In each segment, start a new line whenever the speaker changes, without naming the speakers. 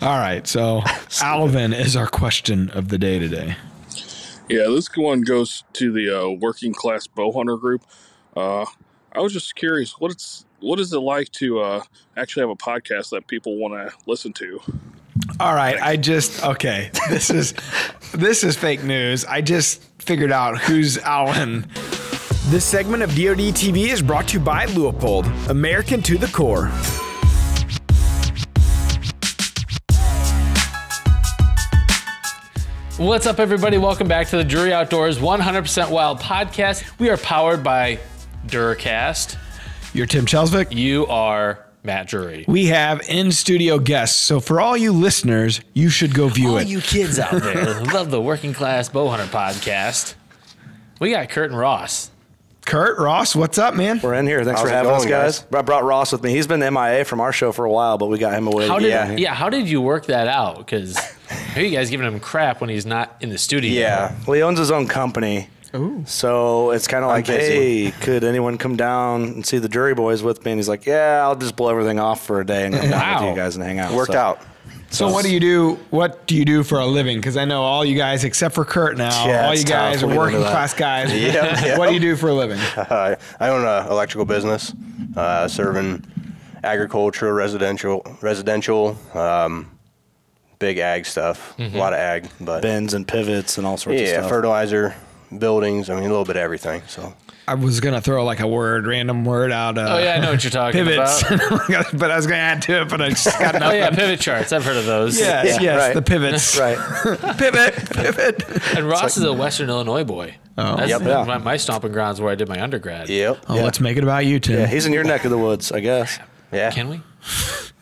All right. So Alvin is our question of the day today.
Yeah, this one goes to the uh, working class bow hunter group. Uh, I was just curious, what it's what is it like to uh, actually have a podcast that people want to listen to?
All right, I just okay. This is this is fake news. I just figured out who's Alvin.
This segment of DoD TV is brought to you by Leopold, American to the core.
What's up, everybody? Welcome back to the Drury Outdoors 100% Wild podcast. We are powered by Duracast.
You're Tim Chelsvik.
You are Matt Drury.
We have in studio guests. So for all you listeners, you should go view
All
it.
you kids out there who love the Working Class Bow Hunter podcast, we got Kurt and Ross.
Kurt Ross, what's up, man?
We're in here. Thanks for having us, guys. I brought Ross with me. He's been MIA from our show for a while, but we got him away.
How
to
did
get out
yeah,
here.
how did you work that out? Because are you guys giving him crap when he's not in the studio?
Yeah. Well, he owns his own company. So it's kind of like,
busy.
hey, could anyone come down and see the jury boys with me? And he's like, yeah, I'll just blow everything off for a day and come down
Wow.
with you guys and hang out.
Worked
So-
out.
So what do you do? What do you do for a living? Because I know all you guys, except for Kurt now,
Yeah,
all
it's
you guys
tough.
are
We know
working
that.
class guys.
Yep, yep.
What do you do for a living?
Uh, I own an electrical business, uh, serving agricultural, residential, residential, um, big ag stuff. A lot of ag, but
Bends and pivots and all sorts of
yeah,
Mm-hmm. stuff.
fertilizer, buildings. I mean, a little bit of everything. So
I was gonna throw like a word, random word out. Uh,
Oh yeah, I know what you're talking
pivots.
about.
but I was gonna add to it, but I just got
Oh
nothing.
yeah, pivot charts. I've heard of those.
Yes,
Yeah,
yes,
right.
the pivots.
Right.
Pivot, pivot.
And Ross is a Western Illinois boy. Oh, That's
Yep.
my, my stomping grounds where I did my undergrad.
yep,
Oh, let's make it about you, Tim.
Yeah, he's in your neck of the woods, I guess.
yeah.
Can we?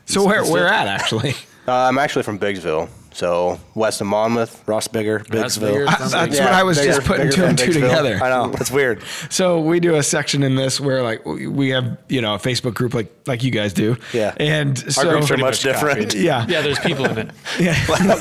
so where where at actually?
Uh, I'm actually from Biggsville, so west of Monmouth.
Ross Bigger,
That's bigger.
Bigsville.
Sounds like-
That's what I was just putting two
than
and two
Biggsville.
together.
I know. It's weird.
So we do a section in this where like we we have you know a Facebook group like like you guys do.
Yeah.
and
Our
so
groups are much different.
yeah.
Yeah, there's people in it.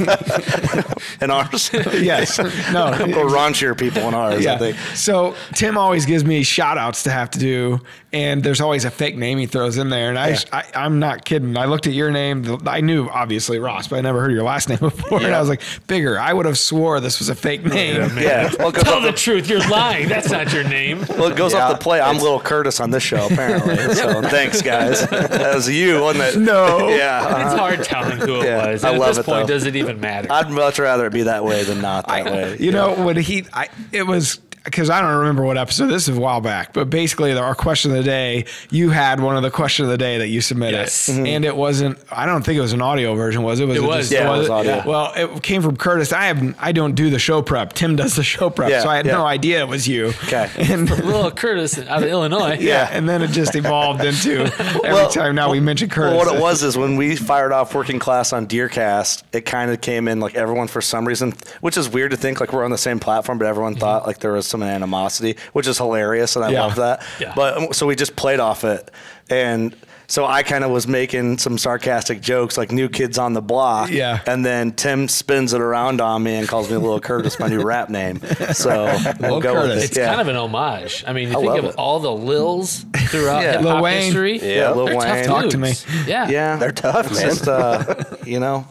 And ours.
Yes. No.
or raunchier people in ours, I
Yeah.
think.
So Tim always gives me shout outs to have to do, and there's always a fake name he throws in there. And I, I, I'm not kidding. I looked at your name. the- I knew obviously Ross, but I never heard your last name before. And I was like, bigger. I would have swore this was a fake name.
Yeah. Well, it goes
Tell
off
the
the,
truth. You're lying. That's not your name.
well, it goes off
Yeah,
the play. I'm little Curtis on this show, apparently. so thanks, guys. that was you, wasn't it?
No.
Yeah.
It's hard telling who it
Yeah,
was.
I
And at
love
this
it,
point,
though.
does it even matter?
I'd much rather it be that way than not that way.
You know, when he, I, it was because I don't remember what episode. This is a while back, but basically, the, our question of the day, you had one of the question of the day that you submitted,
Yes.
Mm-hmm.
and it wasn't. I don't think it was an audio version, was it? Was
It was,
yeah, it was audio.
Well, it came from Curtis. I have, I don't do the show prep. Tim does the show prep,
Yeah,
so I had
yeah.
no idea it was you.
Okay.
and.
Little Curtis out of Illinois.
Yeah, and then it just evolved into every
Well,
time now we mention Curtis.
Well, what it was is when we fired off working class on Deercast, it kind of came in like everyone for some reason, which is weird to think like we're on the same platform, but everyone thought like there was some animosity, which is hilarious, and I
Yeah.
love that.
Yeah.
But um, so we just played off it, and so I kind of was making some sarcastic jokes like "new kids on the block,"
Yeah.
and then Tim spins it around on me and calls me Little Curtis, my new rap name. So
Lil
we'll go with
Curtis.
It's
it.
kind of an homage. I mean, you think
love
of
it.
all the Lils throughout
Yeah.
hip
Lil
hop
Wayne.
history.
yeah, Lil
They're tough
Wayne.
Talk to me.
dudes. Yeah.
Yeah,
They're tough,
It's
man.
Just uh, you know.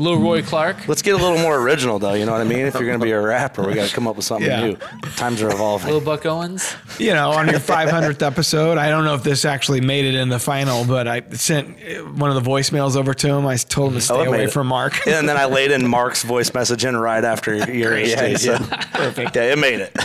Lil Roy Clark.
Let's get a little more original, though. You know what I mean? If you're going to be a rapper, we got to come up with something
Yeah.
new. Times are
Lil
evolving.
Buck Owens.
you know, on your 500th episode. I don't know if this actually made it in the final, but I sent uh, one of the voicemails over to him. I told him to stay
Oh, it made
away
it.
from Mark.
and then I laid in Mark's voice message in right after your yeah, so. Perfect. Yeah, it made it.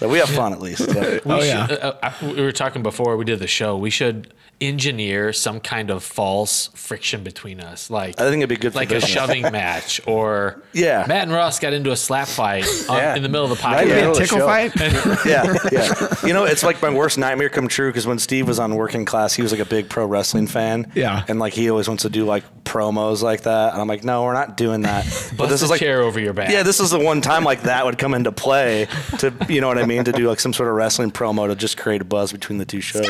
So we have fun at least. So.
We
Oh, yeah.
should- uh, uh, I- we were talking before we did the show. We should engineer some kind of false friction between us, like
I think it'd be good for
like
business.
a shoving match, or
Yeah.
Matt and Ross got into a slap fight on,
Yeah.
in the middle of the
Right in the
podcast.
middle of the
Tickle
show.
fight?
yeah, yeah. You know, it's like my worst nightmare come true because when Steve was on Working Class, he was like a big pro wrestling fan.
Yeah.
and like he always wants to do like promos like that, and I'm like, no, we're not doing that.
Bust a chair over your back.
Yeah, this is the one time like that would come into play to you know what I mean to do like some sort of wrestling promo to just create a buzz between the two shows.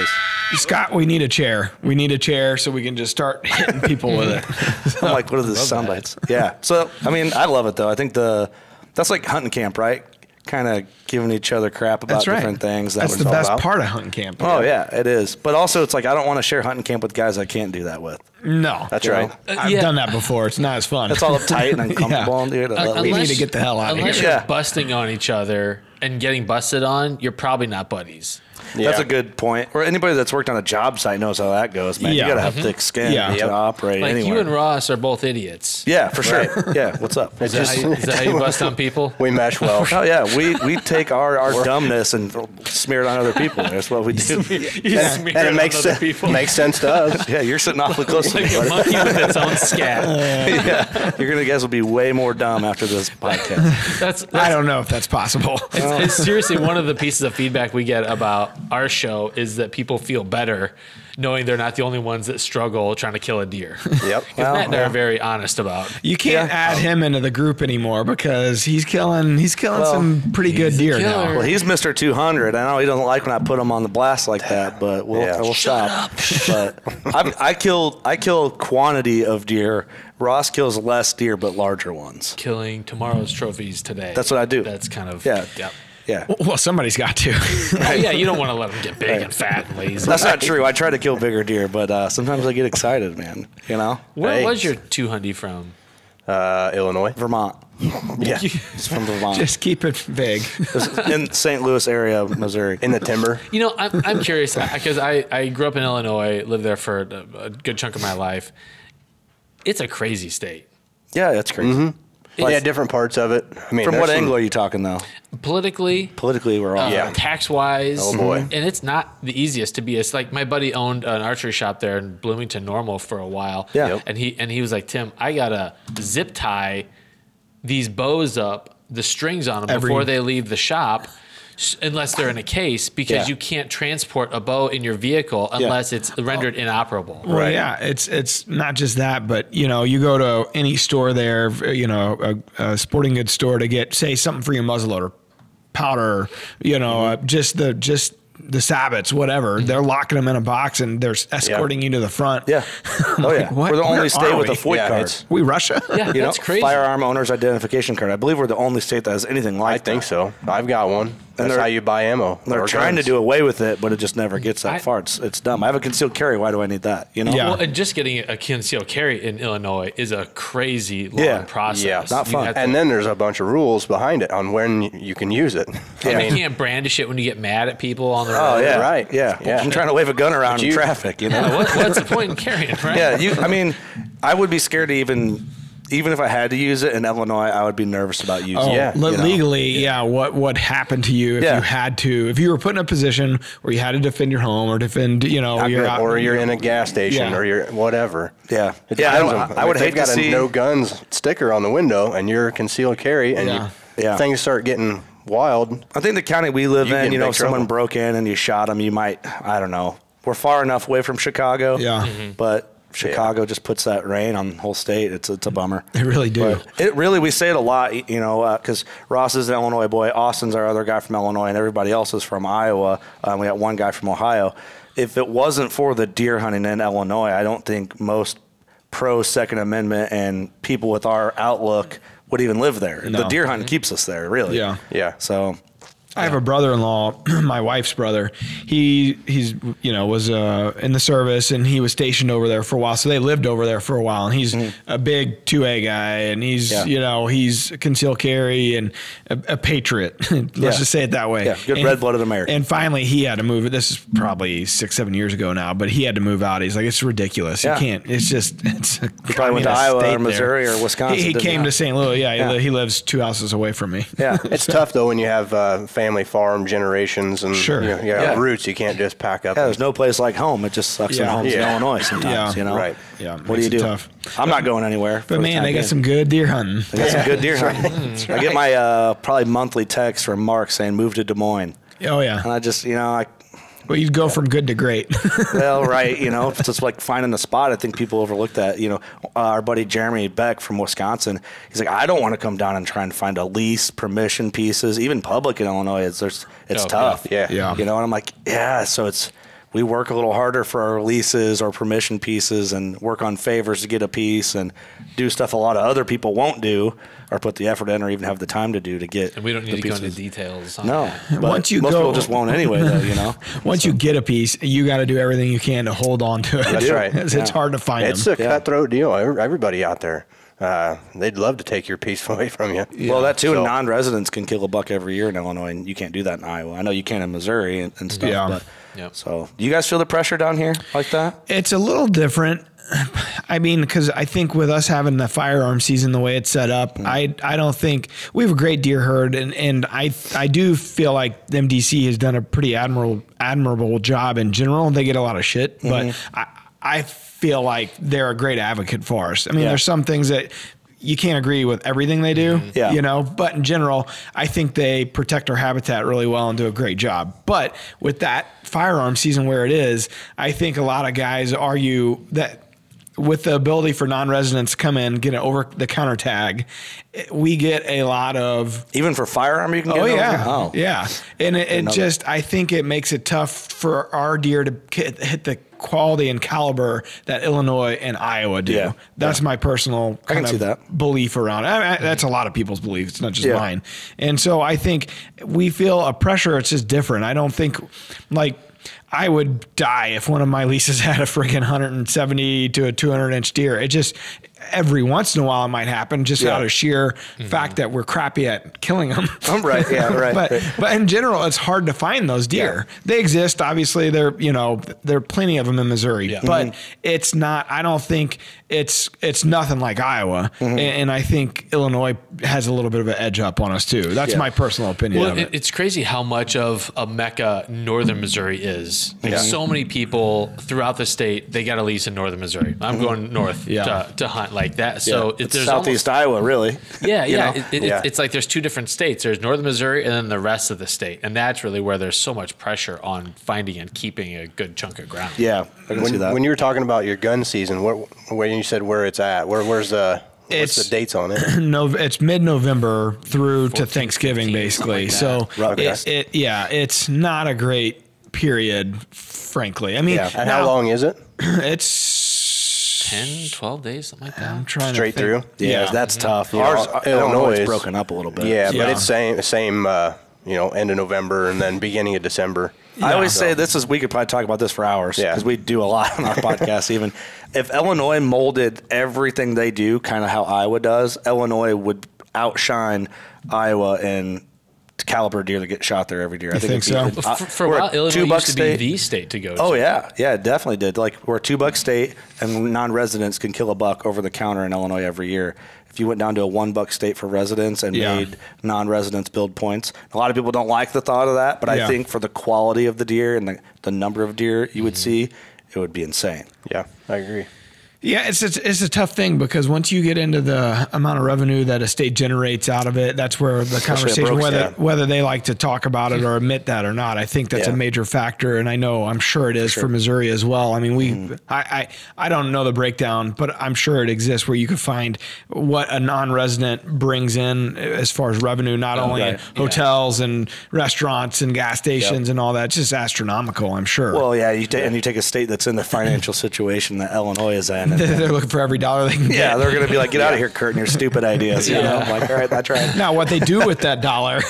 Scott, we need a chair. We need a chair so we can just start hitting people with it.
I'm like, what are the sound bites? Yeah. So I mean, I love it though. I think the that's like hunting camp, right? Kind of giving each other crap about
That's right.
different things. That
That's
was
the
all
best
about.
part of hunting camp.
Oh yeah, it is. But also, it's like I don't want to share hunting camp with guys I can't do that with.
No,
That's
You
right.
know,
Uh,
I've
yeah.
done that before. It's not as fun.
It's all uptight and uncomfortable,
Yeah.
dude. I love
we
it.
need to get the hell out of
unless
here.
you're
Yeah.
busting on each other and getting busted on, you're probably not buddies.
Yeah.
That's a good point. Or anybody that's worked on a job site knows how that goes, man.
Yeah.
You gotta have thick skin
Yeah.
to
Yep.
operate
Like
anywhere.
you and Ross are both idiots.
yeah, for sure. Yeah, what's up?
It's
Is that, how you, is that how you bust on people?
we mesh well.
Oh yeah, we, we take our, our dumbness and smear it on other people. That's what we do.
You
and,
smear
and
on
it makes
other
sense. Makes sense to us.
Yeah, you're sitting awfully close to me.
Like a
buddy.
monkey with its own scat.
yeah, you're gonna guys will be way more dumb after this podcast.
That's,
I
that's
don't know if that's possible.
it's seriously one of the pieces of feedback we get about our show is that people feel better knowing they're not the only ones that struggle trying to kill a deer.
Yep.
Matt and I are
Well,
very honest about.
You can't add him into the group anymore because he's killing. He's killing
Well,
some pretty good deer now.
killer.
well, he's Mister 200. I know he doesn't like when I put him on the blast like that, but we'll,
Yeah.
we'll stop. But I, I kill I kill quantity of deer. Ross kills less deer but larger ones.
Killing tomorrow's trophies today.
That's what I do.
That's kind of
Yeah.
Yep.
Yeah.
Well, somebody's got to.
Oh, yeah, you don't want to let them get big and fat and lazy.
That's not true. I try to kill bigger deer, but uh, sometimes I get excited, man. You know,
Where
Hey.
was your two hundy from?
Uh, Illinois.
Vermont.
Yeah.
It's from Vermont.
Just keep it vague.
It's in St. Louis area, Missouri.
In the timber.
You know, I'm, I'm curious because I, I grew up in Illinois, lived there for a, a good chunk of my life. It's a crazy state.
yeah, that's crazy.
yeah, different parts of it. I mean,
From
there's
what
some-
angle are you talking though?
Politically,
Politically, we're all
Yeah.
tax wise.
Oh, boy.
Uh, And it's not the easiest to be. It's like my buddy owned an archery shop there in Bloomington Normal for a while.
Yeah. Yep.
And he and he was like, Tim, I gotta zip tie these bows up, the strings on them
Every-
before they leave the shop. s- Unless they're in a case, because
Yeah.
you can't transport a bow in your vehicle unless it's rendered inoperable.
Well, yeah, it's it's not just that, but you know, you go to any store there, you know, a, a sporting goods store to get say something for your muzzleloader, powder, you know,
Mm-hmm.
uh, just the just the sabots, whatever. They're locking them in a box and they're escorting you to the front.
Yeah. Oh yeah.
what?
We're the
Where
only state
are
with a
we?
FOID
Yeah,
card.
it's-
we Russia.
Yeah,
You
that's
know,
crazy.
firearm owner's identification card. I believe we're the only state that has anything like
I think
that.
so. I've got one. That's
they're-
how you buy ammo.
They're
Or
trying
guns.
to do away with it, but it just never gets that
I-
far. It's, it's dumb. I have a concealed carry. Why do I need that? You know.
Yeah.
Well, and just getting a concealed carry in Illinois is a crazy long
Yeah.
process.
Yeah.
Not
You
fun.
have to-
And then there's a bunch of rules behind it on when you can use it. I
you
mean,
can't brandish it when you get mad at people on the road.
Oh yeah.
Right.
Yeah.
Yeah.
I'm trying to wave a gun around in
you-
traffic. You know.
what, what's the point in carrying, right?
yeah, you. I mean, I would be scared to even, even if I had to use it in Illinois, I would be nervous about using.
Oh,
it.
Yeah,
le-
you know.
legally, yeah. What what happened to you if
Yeah.
you had to? If you were put in a position where you had to defend your home or defend, you know, you're out,
or you're in a gas station
Yeah.
or you're whatever.
Yeah.
It
Yeah, I
depends
don't-
on-
I would
if they've
hate to
got a
see-
no guns sticker on the window and you're concealed carry and
Yeah.
You,
Yeah.
things start getting wild.
I think the county we live
You get
in,
in
you know,
big
if someone
trouble.
broke in and you shot them, you might, I don't know. We're far enough away from Chicago.
Yeah.
Mm-hmm.
Mhm.
But Chicago just puts that rain on the whole state. It's, it's a bummer.
They really do.
It really, we say it a lot, you know, because Ross is an Illinois boy, Austin's our other guy from Illinois, and everybody else is from Iowa. Um, we got one guy from Ohio. If it wasn't for the deer hunting in Illinois, I don't think most pro Second Amendment and people with our outlook would even live there. The
No.
deer hunt keeps us there, really.
Yeah.
Mm-hmm. Yeah.
So
I have a brother-in-law, my wife's brother. He he's you know was uh, in the service and he was stationed over there for a while, so they lived over there for a while. And he's a big two A guy, and he's
Mm-hmm. Yeah.
you know he's concealed carry and a, a patriot. Let's
Yeah.
just say it that way.
Yeah, good
And-
red-blooded American.
And finally, he had to move. This is probably six seven years ago now, but he had to move out. He's like, it's ridiculous.
Yeah.
You can't. It's just it's. A he
probably went to Iowa or Missouri or Wisconsin,
He, he
didn't
came
he?
to St. Louis. Yeah, he
Yeah.
li- he lives two houses away from me.
yeah,
It's tough though when you have uh, family farm generations and
Sure.
you know, you got
Yeah.
roots. You can't just pack up.
Yeah,
and-
there's no place like home. It just sucks when
Yeah.
home's
Yeah.
in Illinois sometimes,
Yeah.
you know?
Right.
Yeah,
What do
makes
you
it
do?
tough.
I'm not going anywhere. for
But
the
man,
time
they got
being.
some good deer hunting.
They got some good deer hunting. I get my uh, probably monthly text from Mark saying, move to Des Moines.
Oh yeah.
And I just, you know, I,
Well, you'd go from good to great.
well, right, you know, it's just like finding a spot. I think people overlook that. You know, uh, our buddy Jeremy Beck from Wisconsin, he's like, I don't want to come down and try and find a lease, permission pieces, even public in Illinois. It's there's, it's
Oh,
tough.
yeah. Yeah.
you know, and I'm like, yeah. So it's we work a little harder for our releases or permission pieces and work on favors to get a piece and do stuff a lot of other people won't do or put the effort in or even have the time to do to get.
And we don't need
the
to go into
pieces.
details. On
No,
that.
but
Once you
most
go-
people just won't anyway, though. You know,
Once you get a piece, you got to do everything you can to hold on to it.
That's right.
'Cause It's
Yeah.
hard to find
It's
them.
a cutthroat deal. Every- Everybody out there, uh, they'd love to take your piece away from you.
Well, that too.
So-
and non-residents can kill a buck every year in Illinois, and you can't do that in Iowa. I know you can in Missouri and, and stuff.
Yeah.
But,
Yep.
So, do you guys feel the pressure down here like that?
It's a little different. I mean, because I think with us having the firearm season the way it's set up, I I don't think we have a great deer herd, and and I I do feel like MDC has done a pretty admirable admirable job in general. They get a lot of shit, but I I feel like they're a great advocate for us. I mean,
Yeah.
there's some things that. You can't agree with everything they do,
Yeah.
you know, but in general, I think they protect our habitat really well and do a great job. But with that firearm season where it is, I think a lot of guys argue that with the ability for non-residents to come in, get an over-the-counter tag, it- we get a lot of
Even for firearm, you can. get
oh
it over
yeah,
here? Oh
yeah, and it, it
know that.
just I think it makes it tough for our deer to ki- hit the quality and caliber that Illinois and Iowa do.
Yeah.
That's my personal
I
kind
can
of
see that. Mm-hmm.
belief around. it. I, I, that's a lot of people's belief. It's not just
Yeah.
mine. And so I think we feel a pressure. It's just different. I don't think like. I would die if one of my leases had a freaking 170 to a 200 inch deer. It just every once in a while it might happen just
Yeah.
out of sheer fact that we're crappy at killing them.
I'm right. Yeah, right.
But but in general, it's hard to find those deer. They exist, obviously. They're you know there are plenty of them in Missouri, but
Mm-hmm.
it's not. I don't think it's it's nothing like Iowa,
Mm-hmm.
and, and I think Illinois has a little bit of an edge up on us too. That's my personal opinion
Well,
of
it,
it.
it's crazy how much of a mecca northern Missouri is. Like so many people throughout the state, they got a lease in northern Missouri. I'm
Mm-hmm.
going north
Yeah.
to, to hunt like that. So it,
it's
there's
Southeast Iowa, really.
almost- yeah,
you
yeah.
know?
It- it-
Yeah.
It's like there's two different states. There's northern Missouri and then the rest of the state, and that's really where there's so much pressure on finding and keeping a good chunk of ground.
Yeah, I can see
When,
that.
when you were talking about your gun season, what, when you said where it's at, where, where's the what's
It's-
the dates on it?
no, it's mid-November through to Thanksgiving,
15,
basically.
something
so
Rough
it,
guess.
it, yeah, it's not a great period, frankly. I mean,
Yeah.
And
now
how long is it?
It's
10, 12 days, something like that.
Um,
I'm trying
Straight
to think.
through?
yeah,
yeah.
that's
Mm-hmm.
tough.
Ours-
Ours,
Illinois
Illinois
is-
is broken up a little bit.
Yeah,
Yeah.
but it's same same uh, you know end of November and then beginning of December.
I always say this is we could probably talk about this for hours
Yeah.
because we do a lot on our podcast. Even if Illinois molded everything they do, kind of how Iowa does, Illinois would outshine Iowa in caliber deer that get shot there every year. I
think so?
it'd be-
For, for a
we're
while, Illinois
two-buck
used to
state.
be the state to go to.
Oh yeah, yeah, it definitely did. Like we're a two buck state, and non-residents can kill a buck over the counter in Illinois every year. If you went down to a one buck state for residents and
Yeah.
made non-residents build points, a lot of people don't like the thought of that. But
Yeah.
I think for the quality of the deer and the, the number of deer you would
Mm-hmm.
see, it would be insane.
Yeah, I agree.
Yeah, it's, it's it's a tough thing because once you get into the amount of revenue that a state generates out of it, that's where the conversation
Brooks,
whether
yeah.
whether they like to talk about it or admit that or not. I think that's a
Yeah.
major factor, and I know I'm sure it is for, Missouri as well. I mean, we
Mm-hmm.
I, I I don't know the breakdown, but I'm sure it exists where you could find what a non-resident brings in as far as revenue, not only in
Oh, right. Yeah.
hotels and restaurants and gas stations and all that. It's just astronomical, I'm sure.
Well, yeah, you ta- and you take a state that's in the financial situation that Illinois is in. and-
they're looking for every dollar they can get.
yeah, they're gonna be like, get out of here, Kurt, and your stupid ideas. You know, I'm like, all right, that's right.
Now, what they do with that dollar.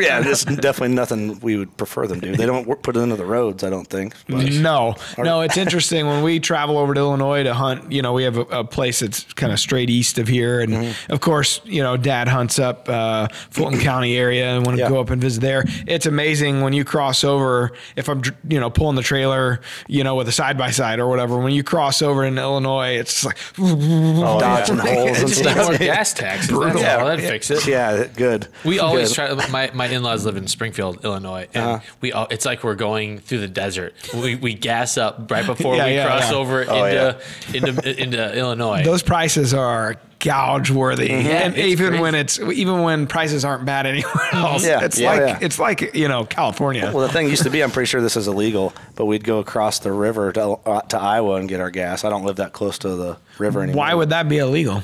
yeah, there's definitely nothing we would prefer them do. They don't wor- put it into the roads, I don't think. But
No, no, it's interesting when we travel over to Illinois to hunt. You know, we have a, a place that's kind of straight east of here, and
Mm-hmm.
of course, you know, Dad hunts up uh, Fulton County area and want to
Yeah.
go up and visit there. It's amazing when you cross over. If I'm, dr- you know, pulling the trailer, you know, with a side by side or whatever, when you cross over in Illinois, it's like Oh,
dodging holes and
Just need
stuff.
more gas taxes. That's
Yeah.
all. That'd fix it.
Yeah, good.
We always
Good.
try. My, my in laws live in Springfield, Illinois, and we all, it's like we're going through the desert. We, we gas up right before
Yeah,
we
yeah,
cross
yeah.
over into, into into Illinois.
those prices are gouge worthy,
Mm-hmm.
and
it's
even
crazy.
when it's even when prices aren't bad anywhere else,
Yeah,
it's
yeah,
like
yeah.
it's like you know California.
Well, the thing used to be, I'm pretty sure this is illegal, but we'd go across the river to, uh, to Iowa and get our gas. I don't live that close to the river anymore.
Why would that be illegal?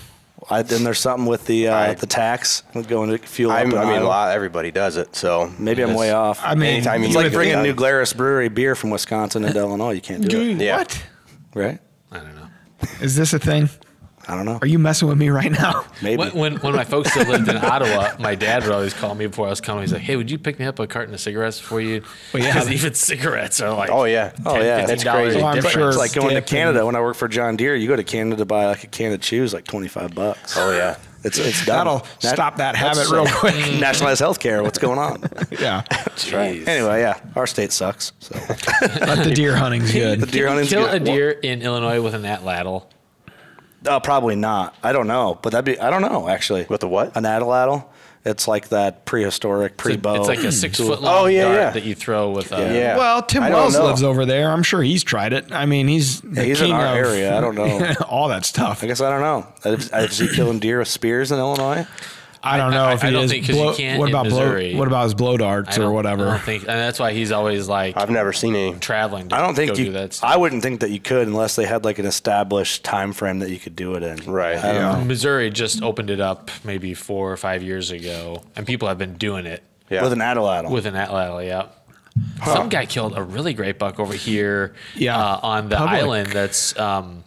I, then there's something with the uh,
I-
the tax with going to fuel.
I'm,
up in
I mean, a
Iowa.
lot, everybody does it. So
Maybe I'm
it's-
way off.
I mean,
Anytime you
it's
can
like
get
bringing
done.
New Glarus Brewery beer from Wisconsin into Illinois. You can't do it,
Dude,
Yeah.
what?
right?
I don't know.
Is this a thing?
I don't know.
Are you messing with me right now?
Maybe.
When, when, when my folks still lived in Ottawa, my dad would always call me before I was coming. He's like, "Hey, would you pick me up a carton of cigarettes before you?"
Well, yeah.
Because even cigarettes are like,
Oh yeah.
Oh yeah,
$15
that's
crazy. Well, I'm
difference.
sure-
It's like going to
Stick
Canada. When I worked for John Deere, you go to Canada to buy like a can of chews, like twenty five bucks.
Oh yeah.
It's it's done.
That'll
That-
stop that
that's,
habit real
uh,
quick.
Nationalized health care. What's going on?
Yeah.
That's right. Anyway, yeah, our state sucks. So
But the deer hunting's
the
good.
deer hunting's
Kill a
good.
deer in Illinois with an atlatl.
Uh, probably not. I don't know, but that'd be. I don't know actually.
With the what?
An atlatl. It's like that prehistoric pre-bow. Mm.
It's like a six foot long
Oh, yeah,
dart
yeah.
that you throw with uh, a.
Yeah.
Well, Tim
I don't
Wells
know.
lives over there. I'm sure he's tried it. I mean, he's the
he's in
king
our
of-
area. I don't know.
all that stuff.
I guess I don't know. I've, I've seen killing deer with spears in Illinois.
I don't
I-
know
I-
if
I
he
don't
is.
think 'cause you can't
what
in
about
Missouri.
blow? What about his blow
I
darts
don't-
or
I
whatever?
don't think, and that's why he's always like
I've never seen any.
traveling. To
I don't think
go
you.
do that. Stuff.
I wouldn't think that you could unless they had like an established time frame that you could do it in.
Right.
I don't know.
Missouri just opened it up maybe four or five years ago, and people have been doing it
Yeah.
With an atlatl.
with an atlatl. Yeah. Some guy killed a really great buck over here
Yeah.
uh, on the
Public.
island that's um,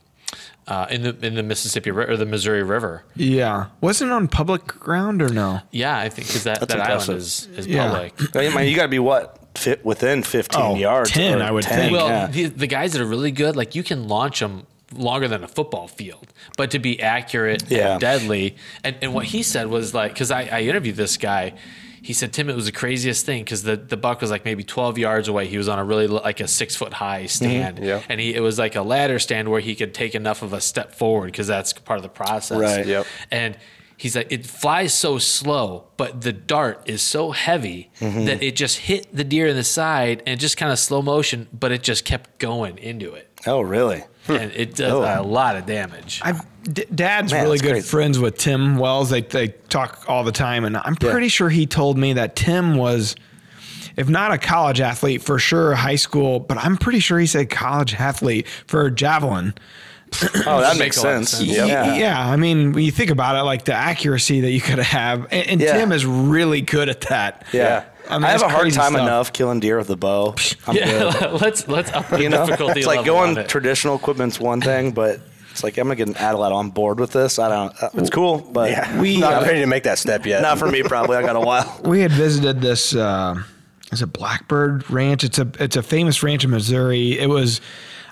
uh, in the in the Mississippi Ri- or the Missouri River.
yeah, wasn't it on public ground or no?
Yeah, I think because that, that
impressive.
island is, is
Yeah.
public.
I mean, you got to be what fit within 15
Oh,
yards.
10,
or
I would think.
Well,
yeah.
the, the guys that are really good, like you can launch them longer than a football field, but to be accurate
Yeah.
and deadly. And, and what he said was like, because I, I interviewed this guy, he said, Tim, it was the craziest thing because the, the buck was like maybe 12 yards away. He was on a really l- like a six foot high stand.
Mm-hmm. yeah.
And he, it was like a ladder stand where he could take enough of a step forward because that's part of the process.
Right.
Yep.
And he's like, it flies so slow, but the dart is so heavy
Mm-hmm.
that it just hit the deer in the side and just kind of slow motion, but it just kept going into it.
oh, really?
And it does
Oh.
a lot of damage.
I've, D- Dad's
Man,
really
that's
good
crazy.
friends with Tim Wells. They they talk all the time, and I'm pretty sure he told me that Tim was, if not a college athlete, for sure high school. But I'm pretty sure he said college athlete for javelin.
Oh, that
makes
makes
a lot of
sense.
sense.
Y- Yeah.
Yeah.
I mean, when you think about it, like the accuracy that you could have, and, and
Yeah.
Tim is really good at that.
Yeah.
I
I,
mean,
have
that's
a hard
crazy
time uh,
stuff.
enough killing deer with a bow. I'm good.
yeah, let's let's up the
You know,
difficulty
it's like
level
going
on it.
traditional equipment's one thing, but it's like I'm gonna get an adelaide on board with this. I don't. uh, It's cool, but
We-
not
uh,
Yeah.
ready to make that step yet.
not for me. Probably I got a while.
we had visited this uh, is it Blackbird Ranch. It's a it's a famous ranch in Missouri. It was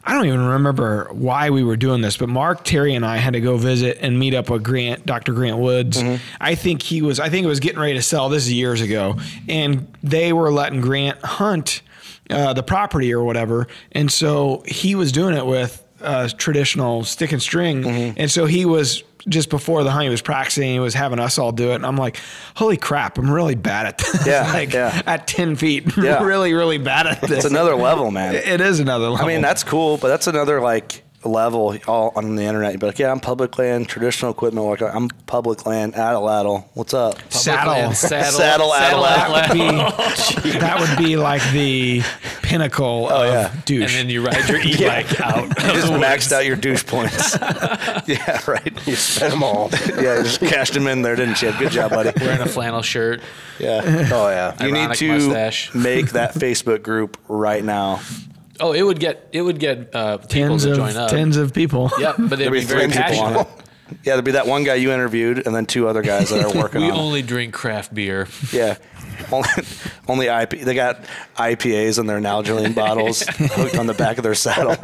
I don't even remember why we were doing this, but Mark Terry and I had to go visit and meet up with Grant, Dr. Grant Woods. I think he was I think it was getting ready to sell. This is years ago, and they were letting Grant hunt uh, the property or whatever, and so he was doing it with uh, traditional stick and string.
Mm-hmm.
And so he was just before the hunt, he was practicing. He was having us all do it, and I'm like, "Holy crap! I'm really bad at this.
Yeah,
like
yeah.
at ten feet,
Yeah.
really, really bad at this.
It's another level, man.
It is another level.
I mean, that's cool, but that's another like level all on the internet. You'd be like, yeah, I'm public land, traditional equipment worker. I'm public land, atlatl. What's up?
saddle.
saddle,
Saddle, atlatl.
That would,
Oh,
be, that would be like the pinnacle oh, of
yeah.
douche.
and then you ride your e-bike out.
You just maxed out your douche points. yeah, right. You spent them all. yeah, you just cashed them in there, didn't you? Good job, buddy.
Wearing a flannel shirt.
Yeah.
Oh yeah.
You need
Ironic
to
mustache.
make that Facebook group right now.
Oh, it would get it would get uh, people
tens
to
of
join up.
tens of people.
Yeah, but they'd be very passionate.
Yeah, there'd be that one guy you interviewed, and then two other guys that are working
We
on. it.
only drink craft beer.
Yeah. Only, only IP. They got IPAs in their Nalgene bottles hooked on the back of their saddle.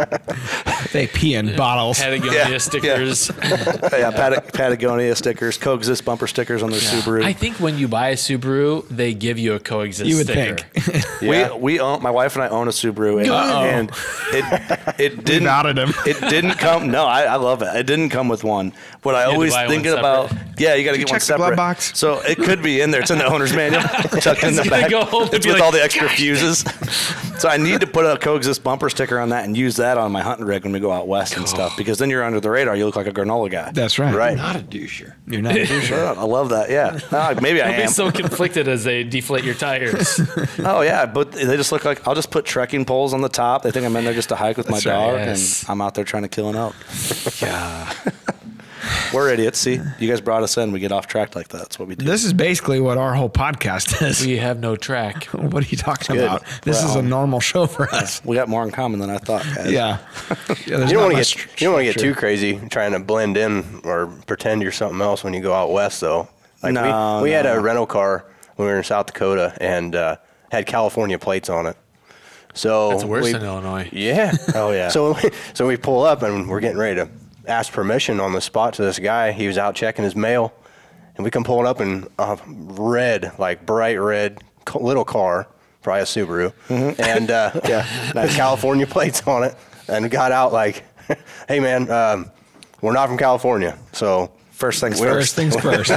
They pee in bottles.
Patagonia
Yeah, yeah.
stickers.
yeah, Pat- Patagonia stickers, coexist bumper stickers on their Subaru.
I think when you buy a Subaru, they give you a coexist.
You would
sticker.
think.
Yeah.
We we own my wife and I own a Subaru and, and it it didn't
outed him.
it didn't come. No, I, I love it. It didn't come with one. What I
to
always
buy
think
one
about yeah, you got to
you
get one
check the glove
separate.
box?
So it could be in there. It's in the owner's manual. Tucked in the
gonna
back.
go home and
it's
be
with
like,
all the extra fuses. so I need to put a coexist bumper sticker on that and use that on my hunting rig when we go out west and stuff. Because then you're under the radar. You look like a granola guy.
That's right.
Right.
Not a doucher.
You're not.
Yeah, I love that. Yeah. Ah, maybe I
Be
am.
so conflicted as they deflate your tires.
Oh yeah, but they just look like I'll just put trekking poles on the top. They think I'm in there just to hike with my
right,
dog,
yes.
and I'm out there trying to kill an elk. We're idiots. See, you guys brought us in. We get off track like that. That's what we do.
This is basically what our whole podcast is.
We have no track.
what are you talking
good.
about? This is a normal show for us.
We got more in common than I thought. guys.
Yeah. yeah
You don't want to get you don't want to get too crazy trying to blend in or pretend you're something else when you go out west though. Like
No,
we, we had
no.
a rental car when we were in South Dakota and uh, had California plates on it. So
That's worse
we-
than Illinois.
Yeah.
Oh, yeah.
So we- so we pull up and we're getting ready to ask permission on the spot to this guy. He was out checking his mail, and we come pulling up and uh, red, like bright red, co- little car, probably a Subaru,
Mm-hmm.
and uh, yeah, nice California plates on it, and got out like, hey man, um, we're not from California, so.
First things
We're-
First things first.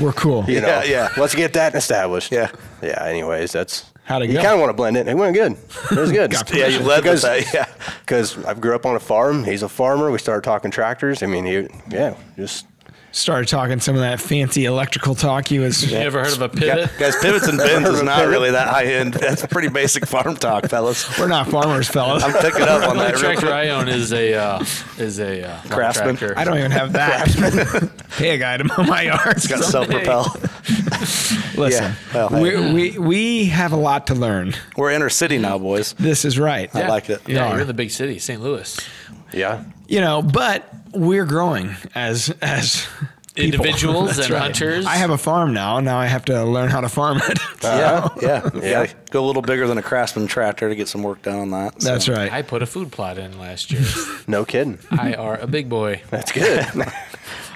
We're cool.
You know,
Yeah, yeah.
Let's get that established.
Yeah.
yeah. Anyways, that's
How'd it
you
go?
kind of want to blend it. It went good. It was good.
Got
Yeah, you led with that. Yeah.
because I grew up on a farm. He's a farmer. We started talking tractors. I mean, he, yeah, just
Started talking some of that fancy electrical talk he was.
You ever heard of a pivot?
Guys, pivots and bends is not really that high end. That's pretty basic farm talk, fellas.
We're not farmers, fellas.
I'm picking up on that.
The
Real
tractor
quick.
I own is a uh, is a uh,
Craftsman.
tractor.
I don't even have that pig item on my yard.
Got
So,
self propel.
Listen,
well, hey.
we, we, we have a lot to learn.
We're inner city now, boys.
This is right.
I like it.
Yeah,
Yeah.
you're in the big city, St. Louis.
yeah.
You know, but we're growing as as people.
Individuals
That's
and hunters.
I have a farm now. Now I have to learn how to farm it.
Yeah, Uh, yeah. You
Yeah.
gotta go a little bigger than a craftsman tractor to get some work done on that. so.
That's right.
I put a food plot in last year.
No kidding.
I are a big boy.
That's good.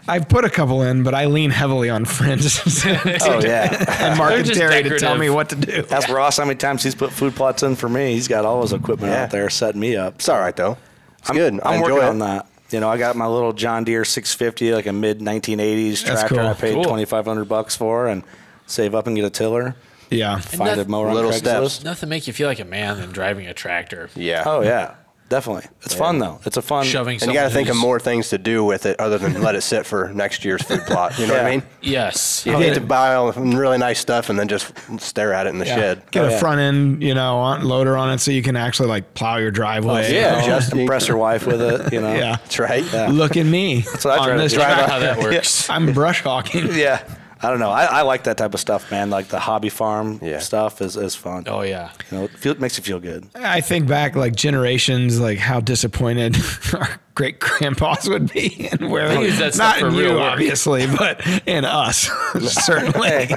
I've put a couple in, but I lean heavily on friends
Oh yeah.
and Mark
They're
and
just
Terry to tell
decorative.
me what to do.
Ask Ross how many times he's put food plots in for me. He's got all his equipment
Yeah.
out there setting me up.
it's all right though. It's
I'm,
good. I
I'm
enjoy
working
it.
on that. You know, I got my little John Deere 650, like a mid 1980s
That's
tractor.
cool.
I paid
Cool.
2,500 bucks for, and save up and get a tiller.
Yeah.
Find
that-
a mower on
Little
Craigslist.
steps.
Nothing make you feel like a man than driving a tractor.
Yeah.
Oh yeah, definitely. It's fun though. It's a fun
Shoving
and you got to think of
someone
more things to do with it other than let it sit for next year's food plot. You know what I
Yeah.
mean?
who's- Yes.
You hate to buy all the really nice stuff and then just stare at it in the shed.
Get
Oh,
a
yeah.
front end, you know, on, loader on it so you can actually like plow your driveway.
Oh,
yeah.
Just
Just-
impress your wife with it. You know.
Yeah.
That's right.
Look at me. That's
what I try to do.
I don't know how that works.
I'm brush hawking.
Yeah. I don't know. I, I like that type of stuff, man. Like the hobby farm
Yeah.
stuff is, is fun.
Oh yeah.
You know, it feel, makes you feel good.
I think back like generations, like how disappointed our great grandpas would be, and where
They use that
not
stuff for
in
real
you,
work.
obviously, but in us, certainly.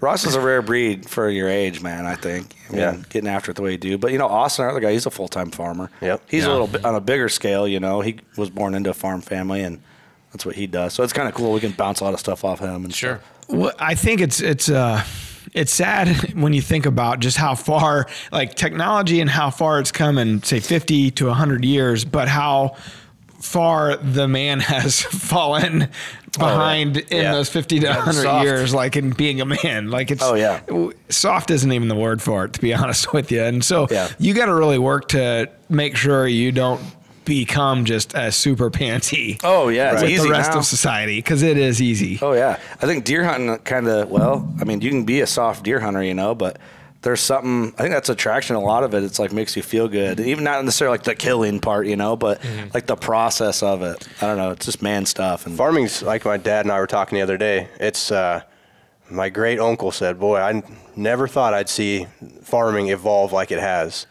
Ross is a rare breed for your age, man. I think. I mean,
Yeah.
Getting after it the way you do, but you know, Austin, our other guy, he's a full time farmer.
Yep.
He's a
Yeah.
little bit on a bigger scale. You know, he was born into a farm family, and that's what he does. So it's kind of cool. We can bounce a lot of stuff off him. And
Sure.
Well, I think it's it's uh it's sad when you think about just how far like technology and how far it's come in say 50 to 100 years, but how far the man has fallen
Oh,
behind in
Yeah.
those 50 to 100
soft.
years like in being a man like it's
Oh, yeah.
w- soft isn't even the word for it to be honest with you and so
Yeah.
you got to really work to make sure you don't become just a super pansy
Oh yeah, it's
with
easy
the rest
now.
of society because it is easy
Oh yeah, I think deer hunting kind of well. I mean, you can be a soft deer hunter, you know, but there's something. I think that's attraction. A lot of it, it's like makes you feel good, even not necessarily like the killing part, you know, but
Mm-hmm.
like the process of it. I don't know. It's just man stuff. And
farming's like my dad and I were talking the other day. It's uh, my great uncle said, "Boy, I n- never thought I'd see farming evolve like it has."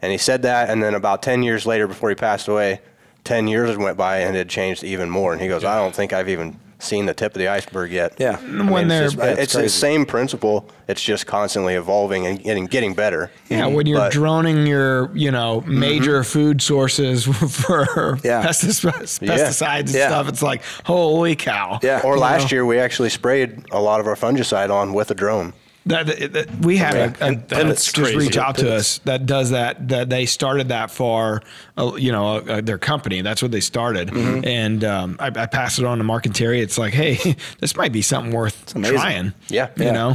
And he said that, and then about ten years later, before he passed away, ten years went by and it had changed even more. And he goes, "I don't think I've even seen the tip of the iceberg yet."
yeah,
when they're
It's, just-
That's
it's the
crazy.
same principle. It's just constantly evolving and getting getting better.
Yeah, when you're
But-
droning your, you know, major food sources for
Yeah.
pestis- pesticides and
Yeah.
stuff, it's like, holy cow.
Yeah.
Or
You
last
know,
year, we actually sprayed a lot of our fungicide on with a drone.
that, that- we have a, a
pivots,
just
crazy.
reach out to us that does that. That they started that for, uh, you know, uh, their company. That's what they started, and um, I, I passed it on to Mark and Terry. It's like, hey, this might be something worth
amazing.
trying.
Yeah.
you
Yeah.
know,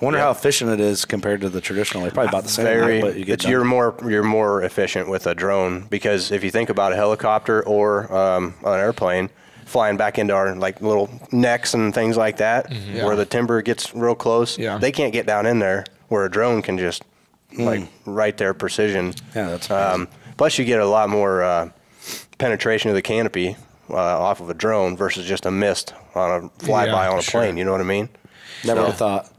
I wonder how efficient it is compared to the traditional. way. Probably about the same.
very
but you get
it's, you're
done.
more you're more efficient with a drone because if you think about a helicopter or um, an airplane flying back into our like little necks and things like that
Mm-hmm.
where the timber gets real close
Yeah.
they can't get down in there where a drone can just
Hmm.
like right there precision
Yeah, that's
um, plus you get a lot more uh, penetration of the canopy uh, off of a drone versus just a mist on a flyby
Yeah,
on a
sure.
plane. You know what I mean?
Never
So-
would've thought.